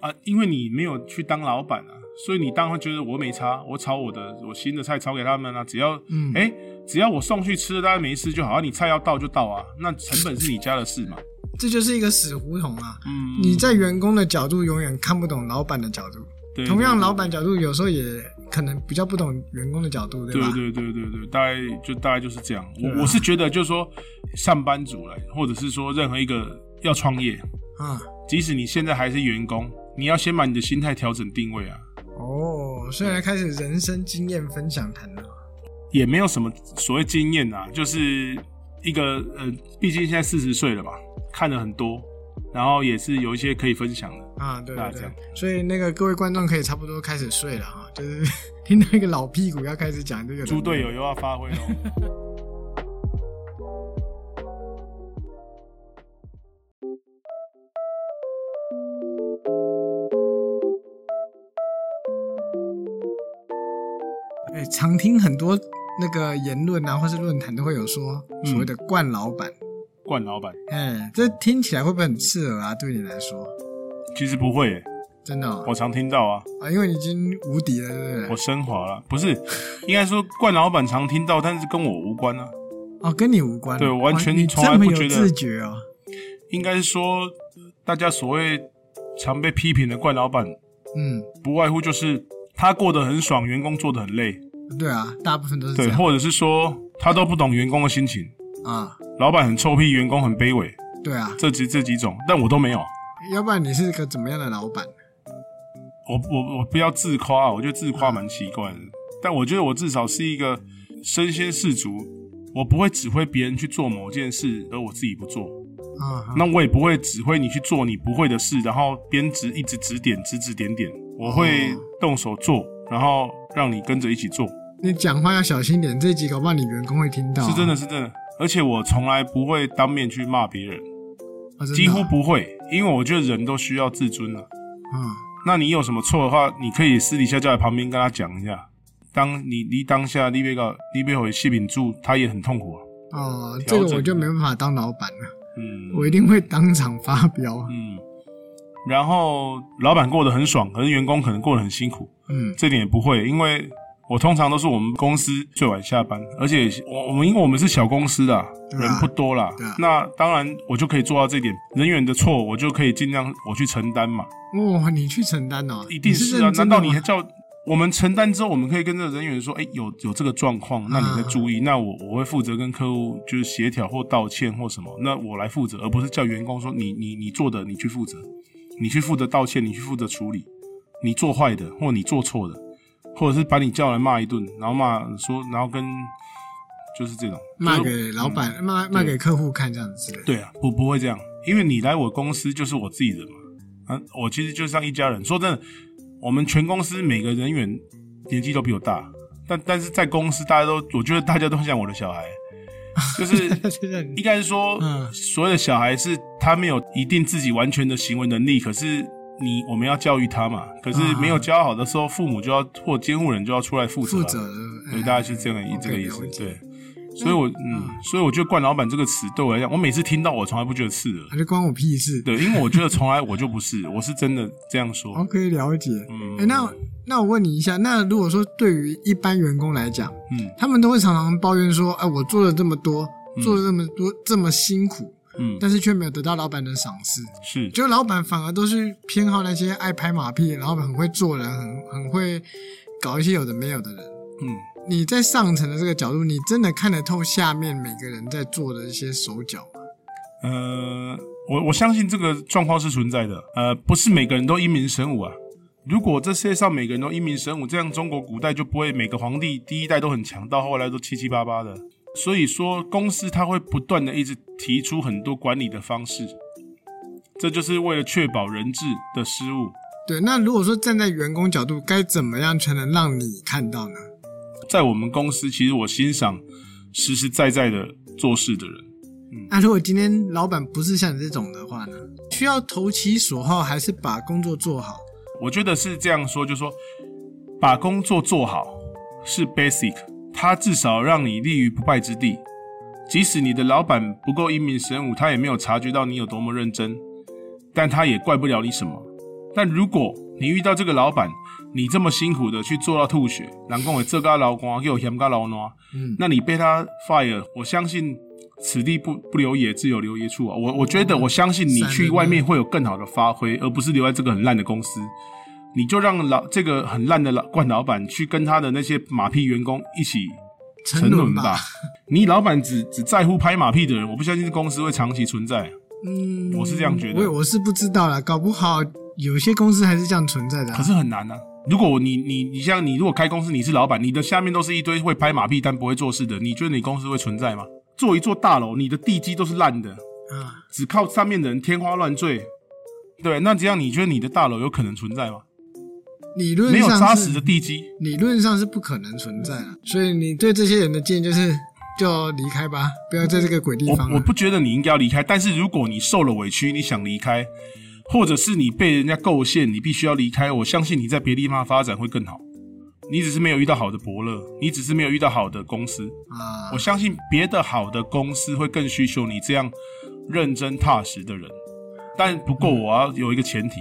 Speaker 1: 啊、因为你没有去当老板啊，所以你当然会觉得我没差，我炒我的我新的菜炒给他们啊，只要
Speaker 2: 嗯
Speaker 1: 哎、只要我送去吃，大家没事就好，啊你菜要到就到啊，那成本是你家的事嘛。
Speaker 2: 这就是一个死胡同啊！
Speaker 1: 嗯，
Speaker 2: 你在员工的角度永远看不懂老板的角度，
Speaker 1: 对
Speaker 2: 同样
Speaker 1: 对
Speaker 2: 老板角度有时候也可能比较不懂员工的角度，
Speaker 1: 对
Speaker 2: 吧？
Speaker 1: 对对对对，大概就大概就是这样。
Speaker 2: 对啊
Speaker 1: 我我是觉得，就是说，上班族来，或者是说任何一个要创业，
Speaker 2: 啊、
Speaker 1: 即使你现在还是员工，你要先把你的心态调整定位啊，
Speaker 2: 哦，虽然开始人生经验分享谈了，
Speaker 1: 也没有什么所谓经验啊，就是一个呃，毕竟现在四十岁了嘛，看了很多，然后也是有一些可以分享的。
Speaker 2: 啊，对
Speaker 1: 大
Speaker 2: 对
Speaker 1: 家这
Speaker 2: 对
Speaker 1: 样，
Speaker 2: 所以那个各位观众可以差不多开始睡了啊，就是 听到一个老屁股要开始讲这个
Speaker 1: 猪
Speaker 2: 人
Speaker 1: 队友又要发挥喽。
Speaker 2: 哎，常听很多那个言论啊，或是论坛都会有说
Speaker 1: 嗯
Speaker 2: 所谓的“惯老板
Speaker 1: 冠老板”
Speaker 2: 哎，这听起来会不会很刺耳啊？对你来说，
Speaker 1: 其实不会欸耶、
Speaker 2: 真的哦
Speaker 1: 我常听到啊，
Speaker 2: 啊，因为你已经无敌了，对不
Speaker 1: 我
Speaker 2: 对？
Speaker 1: 升华了，不是，应该说冠老板常听到，但是跟我无关啊。
Speaker 2: 哦，跟你无关，
Speaker 1: 对我完全
Speaker 2: 哇你
Speaker 1: 从来
Speaker 2: 这么
Speaker 1: 不
Speaker 2: 有
Speaker 1: 觉得
Speaker 2: 自觉哦。
Speaker 1: 应该是说，大家所谓常被批评的怪老板，
Speaker 2: 嗯，
Speaker 1: 不外乎就是他过得很爽，员工做得很累，
Speaker 2: 对啊，大部分都是这
Speaker 1: 对，
Speaker 2: 样
Speaker 1: 或者是说他都不懂员工的心情，
Speaker 2: 啊，
Speaker 1: 老板很臭屁，员工很卑微，
Speaker 2: 对啊，
Speaker 1: 这几这几种，但我都没有，
Speaker 2: 要不然你是个怎么样的老板？
Speaker 1: 我我我不要自夸，啊我觉得自夸蛮奇怪的，但我觉得我至少是一个身先士卒。我不会指挥别人去做某件事，而我自己不做。
Speaker 2: 啊，哈
Speaker 1: 那我也不会指挥你去做你不会的事，然后边指一直指点指指点点。我
Speaker 2: 哦
Speaker 1: 会动手做，然后让你跟着一起做，
Speaker 2: 你讲话要小心点，这集搞不好你员工会听到啊，
Speaker 1: 是真的是真的。而且我从来不会当面去骂别人，
Speaker 2: 啊，真的啊
Speaker 1: 几乎不会，因为我觉得人都需要自尊啊。
Speaker 2: 嗯，
Speaker 1: 那你有什么错的话，你可以私底下叫在旁边跟他讲一下。当你你当下你被告你被回谢品柱，他也很痛苦啊。
Speaker 2: 哦，
Speaker 1: 调
Speaker 2: 这
Speaker 1: 整
Speaker 2: 个我就没办法当老板了，
Speaker 1: 嗯，
Speaker 2: 我一定会当场发飙。
Speaker 1: 嗯，然后老板过得很爽，可是员工可能过得很辛苦。
Speaker 2: 嗯
Speaker 1: 这点也不会，因为我通常都是我们公司最晚下班，而且我我们因为我们是小公司啦，
Speaker 2: 对啊
Speaker 1: 人不多啦
Speaker 2: 对啊，
Speaker 1: 那当然我就可以做到这点，人员的错我就可以尽量我去承担嘛，
Speaker 2: 嗯哇、你去承担哦，
Speaker 1: 一定
Speaker 2: 你
Speaker 1: 啊，
Speaker 2: 是认
Speaker 1: 难
Speaker 2: 真的
Speaker 1: 道
Speaker 2: 吗
Speaker 1: 你还叫？我们承担之后，我们可以跟这个人员说，哎，有有这个状况，那你再注意。那 我我会负责跟客户就是协调或道歉或什么，那我来负责，而不是叫员工说你你你做的你去负责，你去负责道歉，你去负责处理，你做坏的或你做错的，或者是把你叫来骂一顿，然后骂说，然后跟就是这种
Speaker 2: 卖
Speaker 1: 就是
Speaker 2: 给老板、卖卖给客户看这样子？
Speaker 1: 嗯 对啊，不不会这样，因为你来我公司就是我自己人嘛，啊，我其实就像一家人。说真的，我们全公司每个人员年纪都比我大，但但是在公司大家都，我觉得大家都像我的小孩， 就是
Speaker 2: 真
Speaker 1: 应
Speaker 2: 的
Speaker 1: 该是说，
Speaker 2: 嗯
Speaker 1: 所有的小孩是他没有一定自己完全的行为能力，可是。你我们要教育他嘛，可是
Speaker 2: 嗯
Speaker 1: 没有教好的时候，父母就要或监护人就要出来负责、
Speaker 2: 负责
Speaker 1: 啊，
Speaker 2: 的，
Speaker 1: 对，
Speaker 2: 哎
Speaker 1: 大概是这样的
Speaker 2: 我
Speaker 1: 这
Speaker 2: 可
Speaker 1: 个
Speaker 2: 以
Speaker 1: 意思
Speaker 2: 了。解
Speaker 1: 对，所以我嗯，所以我觉得“冠老板”这个词对我来讲，我每次听到我从来不觉得刺耳
Speaker 2: 那，就哎关我屁事。
Speaker 1: 对，因为我觉得从来我就不是，我是真的这样说。
Speaker 2: 我可以了解。
Speaker 1: 嗯
Speaker 2: 哦哎、那那我问你一下，那如果说对于一般员工来讲，
Speaker 1: 嗯
Speaker 2: 他们都会常常抱怨说，哎、我做了这么多，做了这么多，这么辛苦，
Speaker 1: 嗯，
Speaker 2: 但是却没有得到老板的赏识。
Speaker 1: 是
Speaker 2: 就老板反而都是偏好那些爱拍马屁，然后很会做人，很很会搞一些有的没有的人。
Speaker 1: 嗯，
Speaker 2: 你在上层的这个角度，你真的看得透下面每个人在做的一些手脚吗？
Speaker 1: 呃，我我相信这个状况是存在的。呃，不是每个人都英明神武啊。如果这世界上每个人都英明神武，这样中国古代就不会每个皇帝第一代都很强，到后来都七七八八的。所以说，公司它会不断的一直提出很多管理的方式，这就是为了确保人治的失误。
Speaker 2: 对，那如果说站在员工角度，该怎么样才能让你看到呢？
Speaker 1: 在我们公司，其实我欣赏实实在在的做事的人。
Speaker 2: 那如果今天老板不是像你这种的话呢？需要投其所好，还是把工作做好？
Speaker 1: 我觉得是这样说，就是说把工作做好是 basic，它至少让你立于不败之地。即使你的老板不够英明神武，他也没有察觉到你有多么认真，但他也怪不了你什么。但如果你遇到这个老板，你这么辛苦的去做到吐血，然后我这个老光又嫌个老暖，
Speaker 2: 嗯，
Speaker 1: 那你被他 fire，我相信此地不不留爷，自有留爷处啊！我我觉
Speaker 2: 哦
Speaker 1: 得，我相信你去外面会有更好的发挥，而不是留在这个很烂的公司。你就让老这个很烂的老冠老板去跟他的那些马屁员工一起
Speaker 2: 沉沦吧
Speaker 1: 吧。你老板只只在乎拍马屁的人，我不相信公司会长期存在。
Speaker 2: 嗯，
Speaker 1: 我是这样觉得
Speaker 2: 我我是不知道啦，搞不好有些公司还是这样存在的啊、
Speaker 1: 可是很难啊！如果你你你像你如果开公司，你是老板，你的下面都是一堆会拍马屁但不会做事的，你觉得你公司会存在吗？做一座大楼，你的地基都是烂的，
Speaker 2: 啊，
Speaker 1: 只靠上面的人天花乱坠，对，那这样你觉得你的大楼有可能存在吗？
Speaker 2: 理论
Speaker 1: 没有
Speaker 2: 上
Speaker 1: 扎
Speaker 2: 是
Speaker 1: 实的地基，
Speaker 2: 理论上是不可能存在的，所以你对这些人的建议就是，就离开吧，不要在这个鬼地
Speaker 1: 我
Speaker 2: 方啊
Speaker 1: 我
Speaker 2: 了。
Speaker 1: 不觉得你应该要离开。但是如果你受了委屈，你想离开，或者是你被人家构陷，你必须要离开，我相信你在别地方发展会更好。你只是没有遇到好的伯乐，你只是没有遇到好的公司。
Speaker 2: 啊
Speaker 1: 我，相信别的好的公司会更需求你这样认真踏实的人。但不过我要有一个前提，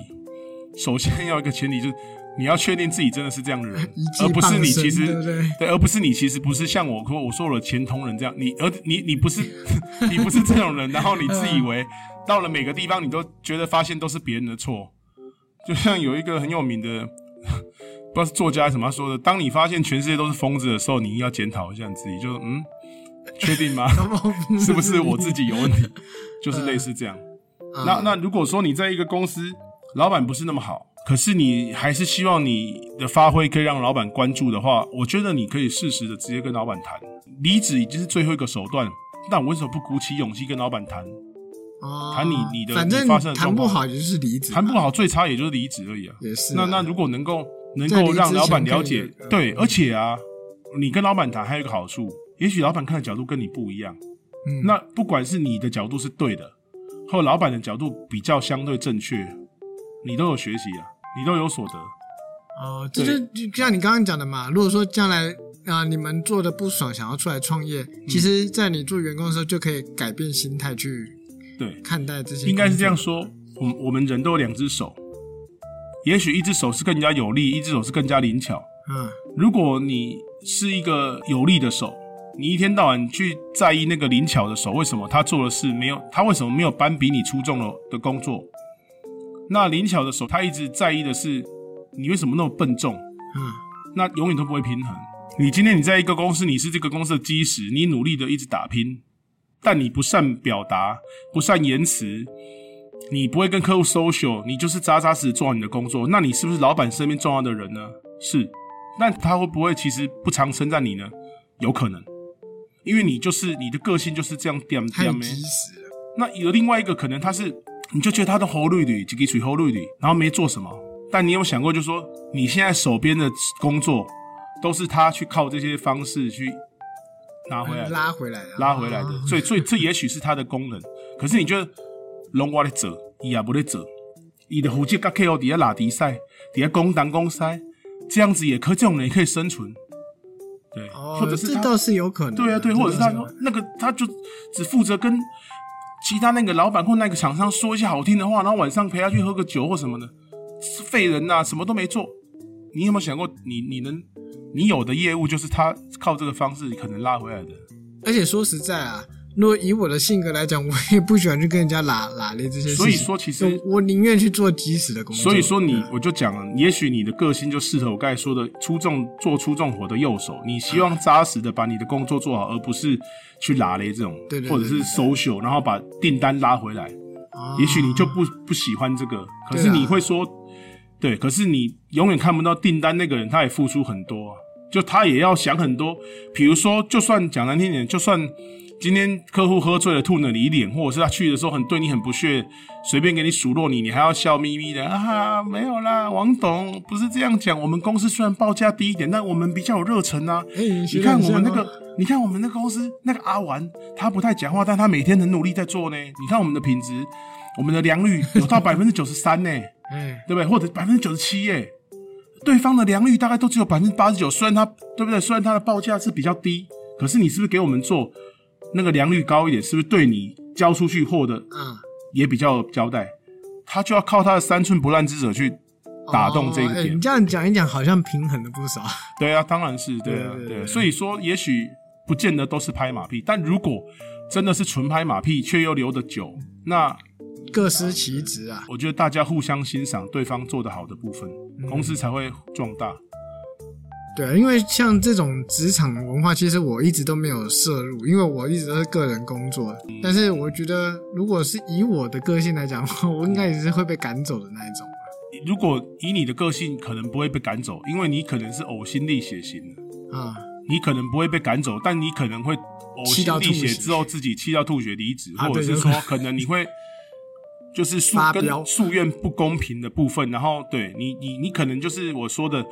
Speaker 1: 首先要有一个前提就是你要确定自己真的是这样的人
Speaker 2: 嗯一，技
Speaker 1: 而不是
Speaker 2: 傍
Speaker 1: 你
Speaker 2: 身
Speaker 1: 其实
Speaker 2: 对不对
Speaker 1: 而不是你其实不是像我我说我的前同仁这样，你而你你不是 你不是这种人，然后你自以为到了每个地方你都觉得发现都是别人的错，就像有一个很有名的。不知道是作家还是什么他说的，当你发现全世界都是疯子的时候，你要检讨一下你自己，就是嗯，确定吗？是不是我自己有问 题？就是类似这样。
Speaker 2: 啊
Speaker 1: 那那如果说你在一个公司，老板不是那么好，可是你还是希望你的发挥可以让老板关注的话，我觉得你可以适时的直接跟老板谈，离职已经是最后一个手段。那我为什么不鼓起勇气跟老板谈？
Speaker 2: 哦
Speaker 1: 谈你你的
Speaker 2: 反
Speaker 1: 你
Speaker 2: 正
Speaker 1: 发生的
Speaker 2: 谈
Speaker 1: 状
Speaker 2: 不
Speaker 1: 况
Speaker 2: 好就是离职嘛，
Speaker 1: 谈不好最差也就是离职而已啊。
Speaker 2: 也是啊。
Speaker 1: 那那如果能够能
Speaker 2: 在离
Speaker 1: 够
Speaker 2: 职
Speaker 1: 让老板
Speaker 2: 前可以
Speaker 1: 了解
Speaker 2: 有一个，
Speaker 1: 对，
Speaker 2: 嗯
Speaker 1: 而且啊，你跟老板谈还有一个好处，也许老板看的角度跟你不一样，
Speaker 2: 嗯
Speaker 1: 那不管是你的角度是对的，或老板的角度比较相对正确，你都有学习啊，你都有所得。
Speaker 2: 哦，这就就像你刚刚讲的嘛。如果说将来啊、你们做的不爽，想要出来创业，
Speaker 1: 嗯
Speaker 2: 其实，在你做员工的时候，就可以改变心态去
Speaker 1: 对，
Speaker 2: 看待这些。
Speaker 1: 应该是这样。说。我们我们人都有两只手，也许一只手是更加有力，一只手是更加灵巧。
Speaker 2: 嗯，
Speaker 1: 如果你是一个有力的手，你一天到晚去在意那个灵巧的手，为什么他做的事没有？他为什么没有搬比你出众的的工作？那灵巧的手，他一直在意的是你为什么那么笨重？
Speaker 2: 嗯，
Speaker 1: 那永远都不会平衡。你今天你在一个公司，你是这个公司的基石，你努力的一直打拼，但你不善表达，不善言辞，你不会跟客户 social，你就是扎扎实实做好你的工作。那你是不是老板身边重要的人呢？是。那他会不会其实不常称赞你呢？有可能，因为你就是你的个性就是这样点
Speaker 2: 太
Speaker 1: 点咩
Speaker 2: 及时了。
Speaker 1: 那有另外一个可能，他是你就觉得他都好绿绿，几个水好绿绿，然后没做什么。但你有想过，就说你现在手边的工作都是他去靠这些方式去拿回来的、
Speaker 2: 嗯拉回来了，
Speaker 1: 拉回来的，
Speaker 2: 哦
Speaker 1: 所以所以这也许是他的功能。可是你觉得龙我的折，伊也不得折，伊的胡子跟 KO 底下拉迪赛，底下攻挡攻塞，这样子也可以，这种人也可以生存。对，或者
Speaker 2: 哦，
Speaker 1: 是
Speaker 2: 这
Speaker 1: 他
Speaker 2: 倒是有可能的。
Speaker 1: 对啊，对，或者是他
Speaker 2: 这倒
Speaker 1: 说
Speaker 2: 有
Speaker 1: 那个，他就只负责跟其他那个老板或那个厂商说一些好听的话，然后晚上陪他去喝个酒或什么的，是废人呐、什么都没做。你有没有想过你，你能你有的业务就是他靠这个方式可能拉回来的？
Speaker 2: 而且说实在啊，如果以我的性格来讲，我也不喜欢去跟人家拉拉咧这些事情。
Speaker 1: 所以说其实
Speaker 2: 我我宁愿去做及时的工作。
Speaker 1: 所以说你，
Speaker 2: 对啊
Speaker 1: 我就讲了，也许你的个性就适合我刚才说的出重做出重活的右手，你希望扎实的把你的工作做好，而不是去拉雷这种，
Speaker 2: 对对对
Speaker 1: 或者是
Speaker 2: 对
Speaker 1: social，然后把订单拉回来。
Speaker 2: 哦
Speaker 1: 也许你就不不喜欢这个，可是
Speaker 2: 对啊
Speaker 1: 你会说，对，可是你永远看不到订单那个人，他也付出很多、啊，就他也要想很多。比如说，就算讲难听点，就算今天客户喝醉了吐了你脸，或者是他去的时候很对你很不屑，随便给你数落你，你还要笑眯眯的啊，没有啦，王董不是这样讲。我们公司虽然报价低一点，但我们比较有热忱啊。
Speaker 2: 哎你学
Speaker 1: 你
Speaker 2: 得
Speaker 1: 看
Speaker 2: 很
Speaker 1: 我们那
Speaker 2: 像哦
Speaker 1: 个，你看我们那个公司那个阿丸，他不太讲话，但他每天很努力在做呢。你看我们的品质，我们的良率有 到百分之九十三呢，
Speaker 2: 哎，
Speaker 1: 对不对？或者百分之九十七耶。对方的良率大概都只有百分之八十九，虽然他对不对？虽然他的报价是比较低，可是你是不是给我们做那个良率高一点？是不是对你交出去货的
Speaker 2: 嗯，
Speaker 1: 也比较有交代？他就要靠他的三寸不烂之舌去打动这
Speaker 2: 哦
Speaker 1: 个
Speaker 2: 哎
Speaker 1: 点。
Speaker 2: 你这样讲一讲，好像平衡了不少。
Speaker 1: 对啊，当然是对啊，
Speaker 2: 对对
Speaker 1: 对啊。
Speaker 2: 对
Speaker 1: 所以说，也许不见得都是拍马屁，但如果真的是纯拍马屁，却又留得久，那
Speaker 2: 各司其职啊，
Speaker 1: 我觉得大家互相欣赏对方做得好的部分，公司才会壮大。
Speaker 2: 嗯对，啊因为像这种职场文化，其实我一直都没有摄入，因为我一直都是个人工作。
Speaker 1: 嗯
Speaker 2: 但是我觉得，如果是以我的个性来讲，我应该也是会被赶走的那一种。
Speaker 1: 如果以你的个性，可能不会被赶走，因为你可能是呕心沥血型的，
Speaker 2: 啊、
Speaker 1: 你可能不会被赶走，但你可能会呕
Speaker 2: 气
Speaker 1: 心
Speaker 2: 到
Speaker 1: 沥
Speaker 2: 吐
Speaker 1: 血
Speaker 2: 血
Speaker 1: 之后自己气到吐血离职，
Speaker 2: 啊
Speaker 1: 或者
Speaker 2: 对
Speaker 1: 是
Speaker 2: 有
Speaker 1: 说
Speaker 2: 可能
Speaker 1: 可能你会。就是诉
Speaker 2: 发
Speaker 1: 跟
Speaker 2: 飙
Speaker 1: 诉愿不公平的部分，然后对你，你你可能就是我说的，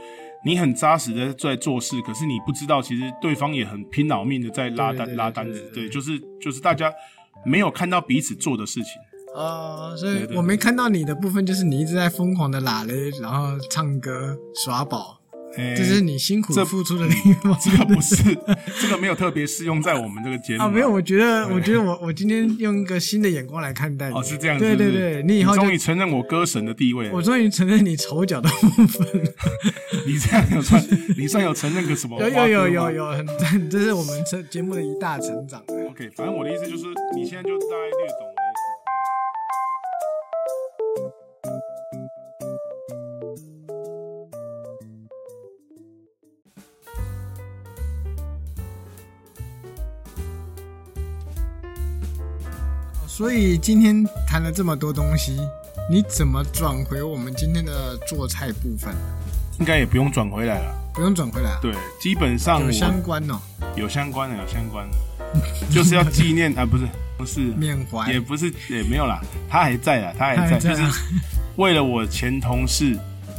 Speaker 1: 你很扎实的在做事，可是你不知道，其实对方也很拼老命的在拉
Speaker 2: 对对
Speaker 1: 单
Speaker 2: 对
Speaker 1: 拉
Speaker 2: 对
Speaker 1: 单
Speaker 2: 对
Speaker 1: 子，
Speaker 2: 对
Speaker 1: 对，就是就是大家没有看到彼此做的事情，
Speaker 2: 哦，所
Speaker 1: 对
Speaker 2: 以
Speaker 1: 对
Speaker 2: 我没看到你的部分，就是你一直在疯狂的拉嘞，然后唱歌耍宝，
Speaker 1: 哎
Speaker 2: 这是你辛苦
Speaker 1: 这
Speaker 2: 付出的地 方。
Speaker 1: 这个不是这个没有特别适用在我们这个节目
Speaker 2: 啊，没有，我觉得，
Speaker 1: 对
Speaker 2: 我觉得我我今天用一个新的眼光来看待你。
Speaker 1: 哦，是这样，
Speaker 2: 对
Speaker 1: 是不
Speaker 2: 对
Speaker 1: 是
Speaker 2: 对，你以后就
Speaker 1: 终于承认我歌神的地位了
Speaker 2: 我，终于承认你丑角的部分。
Speaker 1: 你这样有算，你算有承认个什么？
Speaker 2: 有有有有。有，很赞，这是我们这节目的一大成长。
Speaker 1: OK，反正我的意思就是，你现在就大概略懂我的意思。
Speaker 2: 所以今天谈了这么多东西，你怎么转回我们今天的做菜部分？
Speaker 1: 应该也不用转回来了。
Speaker 2: 不用转回来啊，
Speaker 1: 对，基本上
Speaker 2: 有
Speaker 1: 我
Speaker 2: 相关哦，
Speaker 1: 有相关的，有相关的， 就是要纪念啊，不是不是，
Speaker 2: 缅
Speaker 1: 也
Speaker 2: 怀
Speaker 1: 不是也没有啦，他还在啦，他还在，
Speaker 2: 啊还在
Speaker 1: 就
Speaker 2: 啊
Speaker 1: 是为了我前同事，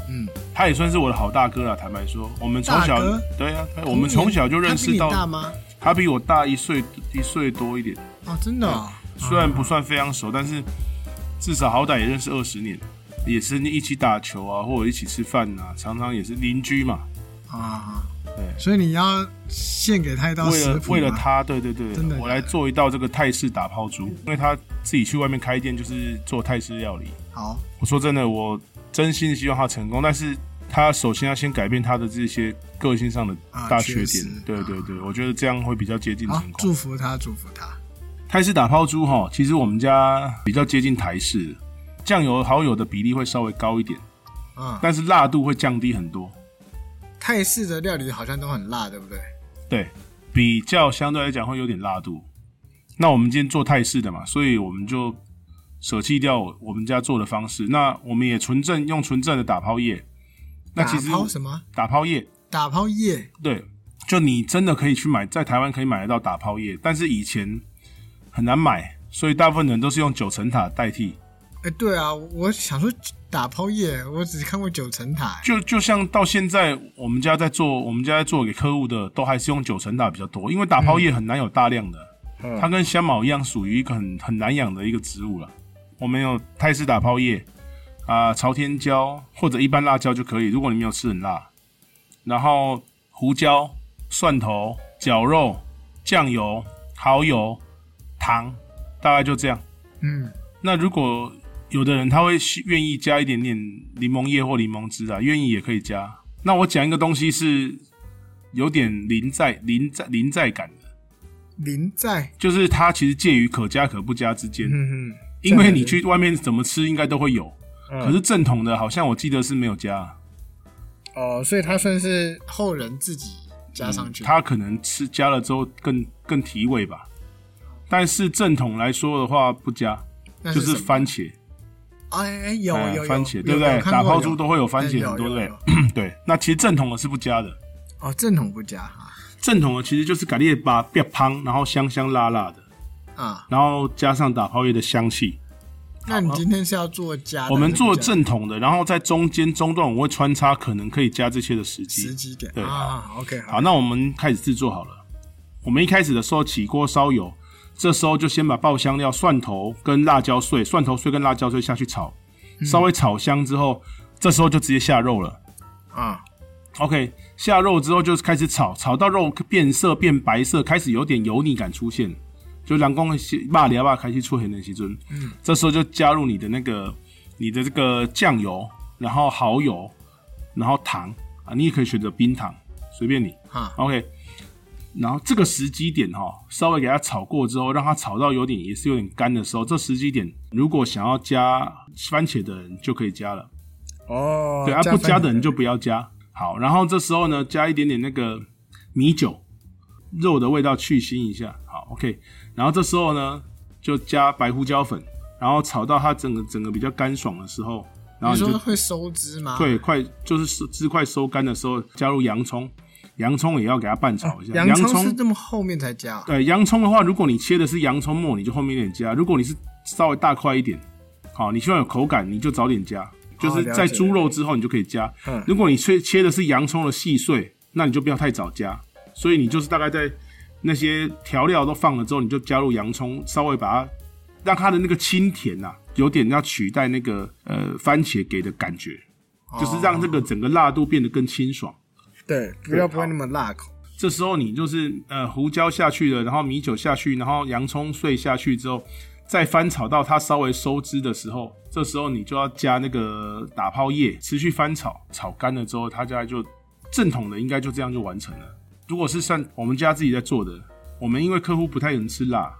Speaker 2: 嗯，
Speaker 1: 他也算是我的好大哥了。坦白说，我们从小
Speaker 2: 大哥
Speaker 1: 对啊，我们从小就认识
Speaker 2: 他比你大
Speaker 1: 到，
Speaker 2: 吗？
Speaker 1: 他比我大一岁一岁多一点，
Speaker 2: 哦，真的哦，
Speaker 1: 虽然不算非常熟，但是至少好歹也认识二十年，也是一起打球啊，或者一起吃饭啊，常常也是邻居嘛。
Speaker 2: 啊，
Speaker 1: 对，
Speaker 2: 所以你要献给他一道
Speaker 1: 为
Speaker 2: 食
Speaker 1: 了
Speaker 2: 谱
Speaker 1: 为了
Speaker 2: 吗，
Speaker 1: 他，对对对
Speaker 2: 真的，
Speaker 1: 我来做一道这个泰式打抛猪，因为他自己去外面开店就是做泰式料理。
Speaker 2: 好，
Speaker 1: 我说真的，我真心希望他成功，但是他首先要先改变他的这些个性上的大缺
Speaker 2: 啊确实
Speaker 1: 点。对对对，我觉得这样会比较接近
Speaker 2: 好
Speaker 1: 成，功
Speaker 2: 祝。福他，祝福他。
Speaker 1: 泰式打抛猪哈，其实我们家比较接近台式的，酱油蚝油的比例会稍微高一点，
Speaker 2: 嗯，
Speaker 1: 但是辣度会降低很多。
Speaker 2: 泰式的料理好像都很辣，对不对？
Speaker 1: 对，比较相对来讲会有点辣度。那我们今天做泰式的嘛，所以我们就舍弃掉我们家做的方式。那我们也纯正用纯正的打抛叶。那其实
Speaker 2: 打抛什么？
Speaker 1: 打抛叶，
Speaker 2: 打抛叶
Speaker 1: 对，就你真的可以去买，在台湾可以买得到打抛叶，但是以前很难买，所以大部分人都是用九层塔代替。
Speaker 2: 哎、对啊，我我想说打抛叶，我只看过九层塔、
Speaker 1: 就就像到现在，我们家在做，我们家在做给客户的，都还是用九层塔比较多，因为打抛叶很难有大量的，它跟香茅一样，属于一个很很难养的一个植物了。我们有泰式打抛叶啊、朝天椒或者一般辣椒就可以，如果你没有吃很辣，然后胡椒、蒜头、绞肉、酱油、蚝油、糖，大概就这样。
Speaker 2: 嗯，
Speaker 1: 那如果有的人他会喜愿意加一点点柠檬叶或柠檬汁啊，愿意也可以加。那我讲一个东西是有点临在临在临在感的，
Speaker 2: 林在，
Speaker 1: 就是它其实介于可加可不加之间，
Speaker 2: 嗯嗯，
Speaker 1: 因为你去外面怎么吃应该都会有，可是正统的好像我记得是没有加，
Speaker 2: 哦，所以它算是后人自己加上
Speaker 1: 嗯
Speaker 2: 去。
Speaker 1: 它可能吃加了之后更更提味吧。但是正统来说的话不加，
Speaker 2: 那
Speaker 1: 就是是
Speaker 2: 什么
Speaker 1: 番茄。
Speaker 2: 哎哎有
Speaker 1: 嗯
Speaker 2: 有有
Speaker 1: 番茄，
Speaker 2: 有
Speaker 1: 对不
Speaker 2: 有
Speaker 1: 对？
Speaker 2: 看过
Speaker 1: 打抛
Speaker 2: 有
Speaker 1: 猪都会有番茄，
Speaker 2: 有
Speaker 1: 很多
Speaker 2: 有
Speaker 1: 对
Speaker 2: 有
Speaker 1: 不对？嗯对，那其实正统的是不加的，
Speaker 2: 哦，正统不加哈
Speaker 1: 正统的其实就是改列巴变胖，然后香香辣辣的，
Speaker 2: 啊。
Speaker 1: 然后加上打抛叶的香气。
Speaker 2: 那你今天是要做加的？
Speaker 1: 我们做
Speaker 2: 啊还是不加
Speaker 1: 正统的，然后在中间中段我会穿插可能可以加这些的时机。
Speaker 2: 时机点
Speaker 1: 对
Speaker 2: 啊。OK，好，
Speaker 1: 好，那我们开始制作好了。我们一开始的时候起锅烧油，这时候就先把爆香料、蒜头跟辣椒碎、蒜头碎跟辣椒碎下去炒，稍微炒香之后，这时候就直接下肉了。
Speaker 2: 啊，
Speaker 1: OK，下肉之后就是开始炒，炒到肉变色、变白色，开始有点油腻感出现，就人公骂你要不要开始出现的时阵，嗯，这时候就加入你的那个你的这个酱油，然后蚝油，然后糖啊，你也可以选择冰糖，随便你。
Speaker 2: 哈
Speaker 1: OK，然后这个时机点哈、稍微给它炒过之后，让它炒到有点也是有点干的时候，这时机点如果想要加番茄的人就可以加了。
Speaker 2: 哦，
Speaker 1: 对啊，不加
Speaker 2: 番茄
Speaker 1: 的人就不要加。好，然后这时候呢，加一点点那个米酒，肉的味道去腥一下。好，OK。然后这时候呢，就加白胡椒粉，然后炒到它整个整个比较干爽的时候，然后
Speaker 2: 你
Speaker 1: 你
Speaker 2: 说
Speaker 1: 就
Speaker 2: 会收汁吗？
Speaker 1: 对快就是收汁快收干的时候，加入洋葱，洋葱也要给它拌炒一下。
Speaker 2: 哦洋葱是这么后面才加啊
Speaker 1: 对，洋葱的话，如果你切的是洋葱末，你就后面一点加；如果你是稍微大块一点，好，你希望有口感，你就早点加，就是
Speaker 2: 哦了
Speaker 1: 在
Speaker 2: 解
Speaker 1: 猪肉之后你就可以加。
Speaker 2: 嗯
Speaker 1: 如果你切切的是洋葱的细碎，那你就不要太早加。所以你就是大概在那些调料都放了之后，你就加入洋葱，稍微把它让它的那个清甜呐、有点要取代那个呃番茄给的感觉，就是让这个整个辣度变得更清爽。
Speaker 2: 哦对，不要不会那么辣口。
Speaker 1: 这时候你就是呃胡椒下去了，然后米酒下去，然后洋葱碎下去之后，再翻炒到它稍微收汁的时候，这时候你就要加那个打泡叶，持续翻炒，炒干了之后，它家就正统的应该就这样就完成了。如果是像我们家自己在做的，我们因为客户不太能吃辣，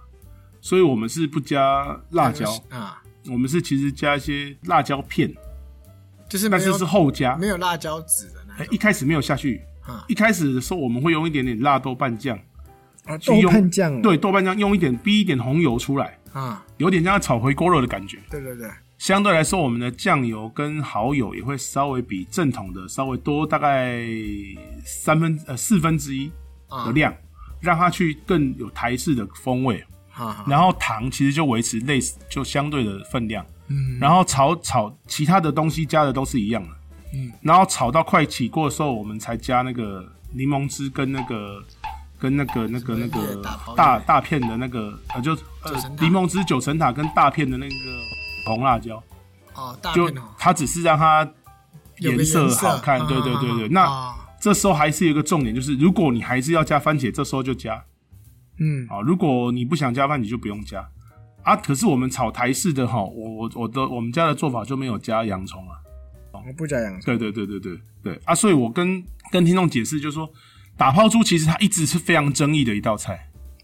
Speaker 1: 所以我们是不加辣椒，
Speaker 2: 啊，
Speaker 1: 我们是其实加一些辣椒片，
Speaker 2: 就是没
Speaker 1: 但是
Speaker 2: 有
Speaker 1: 是后加
Speaker 2: 没，有辣椒籽的那
Speaker 1: 哎
Speaker 2: 种
Speaker 1: 一开始没有下去，
Speaker 2: 啊
Speaker 1: 一开始的时候我们会用一点点辣豆瓣酱。
Speaker 2: 啊，
Speaker 1: 去用
Speaker 2: 酱
Speaker 1: 对，豆瓣酱用一点逼一点红油出来，
Speaker 2: 啊，
Speaker 1: 有点像炒回锅肉的感觉。
Speaker 2: 对对对，
Speaker 1: 相对来说，我们的酱油跟蚝油也会稍微比正统的稍微多大概三分呃四分之一
Speaker 2: 啊
Speaker 1: 的量，让它去更有台式的风味。
Speaker 2: 哈哈，
Speaker 1: 然后糖其实就维持类似就相对的分量，嗯，然后炒炒其他的东西加的都是一样的，嗯，然后炒到快起锅的时候，我们才加那个柠檬汁跟那个跟那个那个那
Speaker 2: 什么
Speaker 1: 个
Speaker 2: 大泡面
Speaker 1: 大大片的那个呃就呃
Speaker 2: 九层塔
Speaker 1: 柠檬汁九层塔跟大片的那个红辣椒，
Speaker 2: 哦，大
Speaker 1: 就
Speaker 2: 片哦，
Speaker 1: 它只是让它
Speaker 2: 有个
Speaker 1: 颜
Speaker 2: 色
Speaker 1: 色好看，
Speaker 2: 啊
Speaker 1: 对对对对。那
Speaker 2: 啊
Speaker 1: 这时候还是有一个重点，就是如果你还是要加番茄，这时候就加
Speaker 2: 嗯
Speaker 1: 啊；如果你不想加番茄，就不用加啊。可是我们炒台式的哈，我我我的我们家的做法就没有加洋葱啊。
Speaker 2: 我不加洋葱，
Speaker 1: 对对对对对对啊！所以我跟跟听众解释，就是说打泡猪其实它一直是非常争议的一道菜。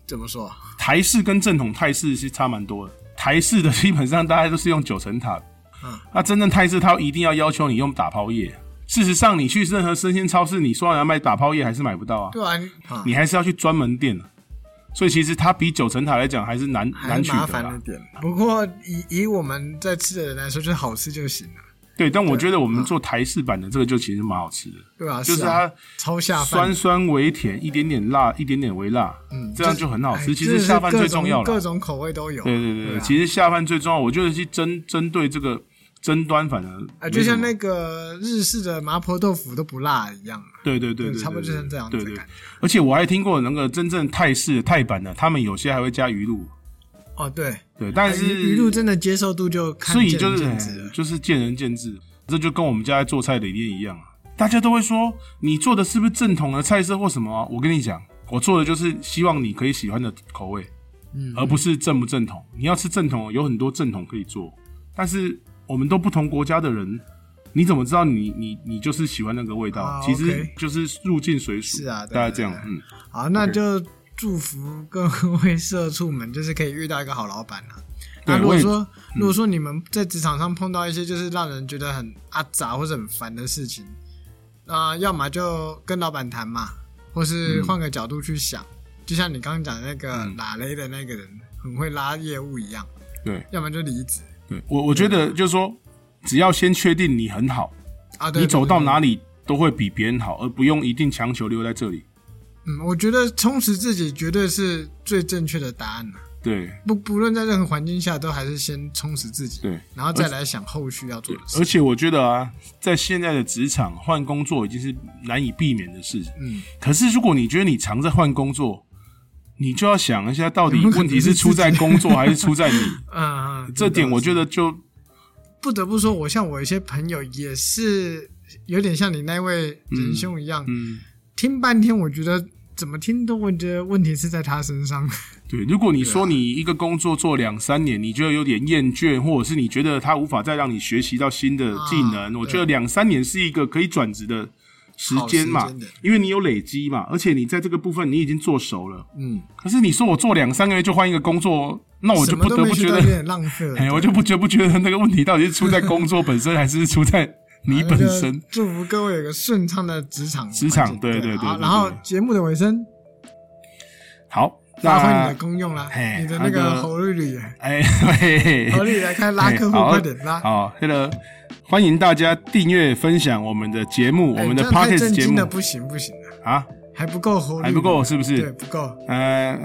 Speaker 2: 怎么说？
Speaker 1: 台式跟正统泰式是差蛮多的。台式的 基本上大家都是用九层塔，
Speaker 2: 嗯
Speaker 1: 那真正泰式它一定要要求你用打抛叶。事实上，你去任何生鲜超市，你说要卖打抛叶还是买不到啊，
Speaker 2: 对啊，你啊
Speaker 1: 你还是要去专门店、啊、所以其实它比九层塔来讲还是难
Speaker 2: 还
Speaker 1: 难
Speaker 2: 是
Speaker 1: 取
Speaker 2: 麻
Speaker 1: 得啊
Speaker 2: 烦
Speaker 1: 啦
Speaker 2: 了。点。不过以以我们在吃的人来说，就是好吃就行了，
Speaker 1: 对，但我觉得我们做台式版的这个就其实蛮好吃的，
Speaker 2: 对吧？
Speaker 1: 就是
Speaker 2: 啊
Speaker 1: 它
Speaker 2: 超下饭
Speaker 1: 酸，酸微甜，一点点辣，一点点微辣，
Speaker 2: 嗯
Speaker 1: 这样就很好
Speaker 2: 哎
Speaker 1: 吃。其实
Speaker 2: 真的是
Speaker 1: 下饭
Speaker 2: 各
Speaker 1: 最
Speaker 2: 种
Speaker 1: 重要了，
Speaker 2: 各种口味都有。
Speaker 1: 对对对
Speaker 2: 对
Speaker 1: 对，
Speaker 2: 啊
Speaker 1: 其实下饭最重要，我觉得去针针对这个争端，反而
Speaker 2: 啊，就像
Speaker 1: 没什么
Speaker 2: 那个日式的麻婆豆腐都不辣一样，啊
Speaker 1: 对对对对，对
Speaker 2: 嗯差不多就是这样子
Speaker 1: 对
Speaker 2: 的
Speaker 1: 对
Speaker 2: 感。
Speaker 1: 而且我还听过那个真正泰式泰版的，他们有些还会加鱼露，
Speaker 2: 哦，对，
Speaker 1: 对，但是
Speaker 2: 鱼鱼露真的接受度就看
Speaker 1: 所以
Speaker 2: 见
Speaker 1: 就
Speaker 2: 仁
Speaker 1: 是
Speaker 2: 见智了
Speaker 1: 哎就是见仁见智，这就跟我们家在做菜的理念一样啊。大家都会说你做的是不是正统的菜色或什么啊、我跟你讲，我做的就是希望你可以喜欢的口味，
Speaker 2: 嗯
Speaker 1: 而不是正不正统。你要吃正统，有很多正统可以做，但是我们都不同国家的人，你怎么知道你你你就是喜欢那个味道？
Speaker 2: 啊
Speaker 1: 其实
Speaker 2: OK
Speaker 1: 就是入境随俗，
Speaker 2: 是啊对
Speaker 1: 大概这样
Speaker 2: 对，
Speaker 1: 嗯，
Speaker 2: 好，那就祝福各位社畜们，就是可以遇到一个好老板啊。
Speaker 1: 对
Speaker 2: 那
Speaker 1: 我
Speaker 2: 如果
Speaker 1: 也嗯
Speaker 2: 说、如果说你们在职场上碰到一些就是让人觉得很阿杂或者很烦的事情，啊、要么就跟老板谈嘛，或是换个角度去想，就像你刚刚讲那个
Speaker 1: 嗯
Speaker 2: 拉雷的那个人很会拉业务一样，
Speaker 1: 对
Speaker 2: 要么就离职
Speaker 1: 对，我我觉得就是说，只要先确定你很好，
Speaker 2: 啊。对
Speaker 1: 你走
Speaker 2: 对
Speaker 1: 到
Speaker 2: 对
Speaker 1: 哪里都会比别人好，而不用一定强求留在这里。
Speaker 2: 嗯，我觉得充实自己绝对是最正确的答案了、
Speaker 1: 对
Speaker 2: 不不论在任何环境下，都还是先充实自己，
Speaker 1: 对，
Speaker 2: 然后再来想后续要做的事。
Speaker 1: 而且我觉得啊，在现在的职场换工作已经是难以避免的事情。
Speaker 2: 嗯，
Speaker 1: 可是如果你觉得你常在换工作，你就要想一下，到
Speaker 2: 有
Speaker 1: 底
Speaker 2: 没有可能
Speaker 1: 问题是出在工作还是出 在你？
Speaker 2: 嗯，嗯
Speaker 1: 这点我觉
Speaker 2: 真的
Speaker 1: 得就
Speaker 2: 不得不说，我像我一些朋友也是有点像你那位仁兄一样，
Speaker 1: 嗯，
Speaker 2: 听半天我觉得怎么听都会觉得问题是在他身上。
Speaker 1: 对。如果你
Speaker 2: 啊
Speaker 1: 说你一个工作做两三年，你觉得有点厌倦，或者是你觉得它无法再让你学习到新的技能，
Speaker 2: 啊
Speaker 1: 我
Speaker 2: 对
Speaker 1: 觉得两三年是一个可以转职的时间
Speaker 2: 好
Speaker 1: 嘛
Speaker 2: 时间点，
Speaker 1: 因为你有累积嘛，而且你在这个部分你已经做熟了。
Speaker 2: 嗯，
Speaker 1: 可是你说我做两三个月就换一个工作，那我
Speaker 2: 什
Speaker 1: 就
Speaker 2: 么
Speaker 1: 不
Speaker 2: 都
Speaker 1: 得
Speaker 2: 没
Speaker 1: 不
Speaker 2: 学
Speaker 1: 觉
Speaker 2: 到
Speaker 1: 得
Speaker 2: 有 点浪费了。
Speaker 1: 哎，我就不觉不觉得那个问题到底是出在工作本身，还是出在
Speaker 2: 啊
Speaker 1: 你本身？
Speaker 2: 祝福各位有个顺畅的职场环境
Speaker 1: 职场对对对
Speaker 2: 好
Speaker 1: 对对
Speaker 2: 然后节目的尾声，
Speaker 1: 好，
Speaker 2: 发挥你
Speaker 1: 那
Speaker 2: 的功用啦，
Speaker 1: 嘿
Speaker 2: 你的那个
Speaker 1: 那个
Speaker 2: 侯瑞里，
Speaker 1: 哎，嘿嘿
Speaker 2: 侯
Speaker 1: 嘿
Speaker 2: 瑞来开拉客户，
Speaker 1: 哎好
Speaker 2: 快点拉！
Speaker 1: 好，那个欢迎大家订阅分享我们的节目，我
Speaker 2: 哎
Speaker 1: 们的
Speaker 2: 这样太
Speaker 1: podcast
Speaker 2: 震
Speaker 1: 节
Speaker 2: 惊
Speaker 1: 目
Speaker 2: 了不行不行啊，
Speaker 1: 啊，
Speaker 2: 还不够侯瑞，
Speaker 1: 还不够是不
Speaker 2: 对，
Speaker 1: 是？
Speaker 2: 不够。
Speaker 1: 呃，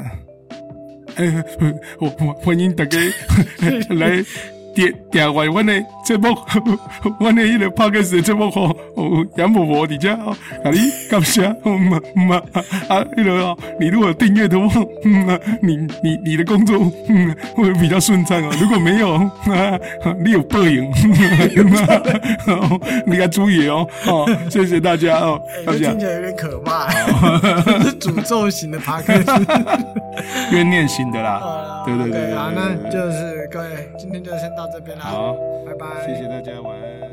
Speaker 1: 呃，我我欢迎 大家来。点点完我的节目， 我的那个 podcast 的节目吼，哦，杨伯伯伫遮哦，啊你感谢，嗯嘛嗯嘛啊，迄个哦，你如果订阅的话，嗯啊，你你你的工作嗯会比较顺畅哦，如果没有 啊，你有报应， 嗯啊 哦你要注意哦，哦，谢谢大家哦，
Speaker 2: 哎
Speaker 1: 感
Speaker 2: 这
Speaker 1: 谢
Speaker 2: 听。起来有点可怕，
Speaker 1: 哦
Speaker 2: 这是诅咒型的爬克斯。
Speaker 1: 怨念型的啦
Speaker 2: 呃。
Speaker 1: 对对对对对，
Speaker 2: 好，
Speaker 1: 对
Speaker 2: 那就是各位，今天就先到这边啦，
Speaker 1: 好，
Speaker 2: 拜拜，
Speaker 1: 谢谢大家，晚安。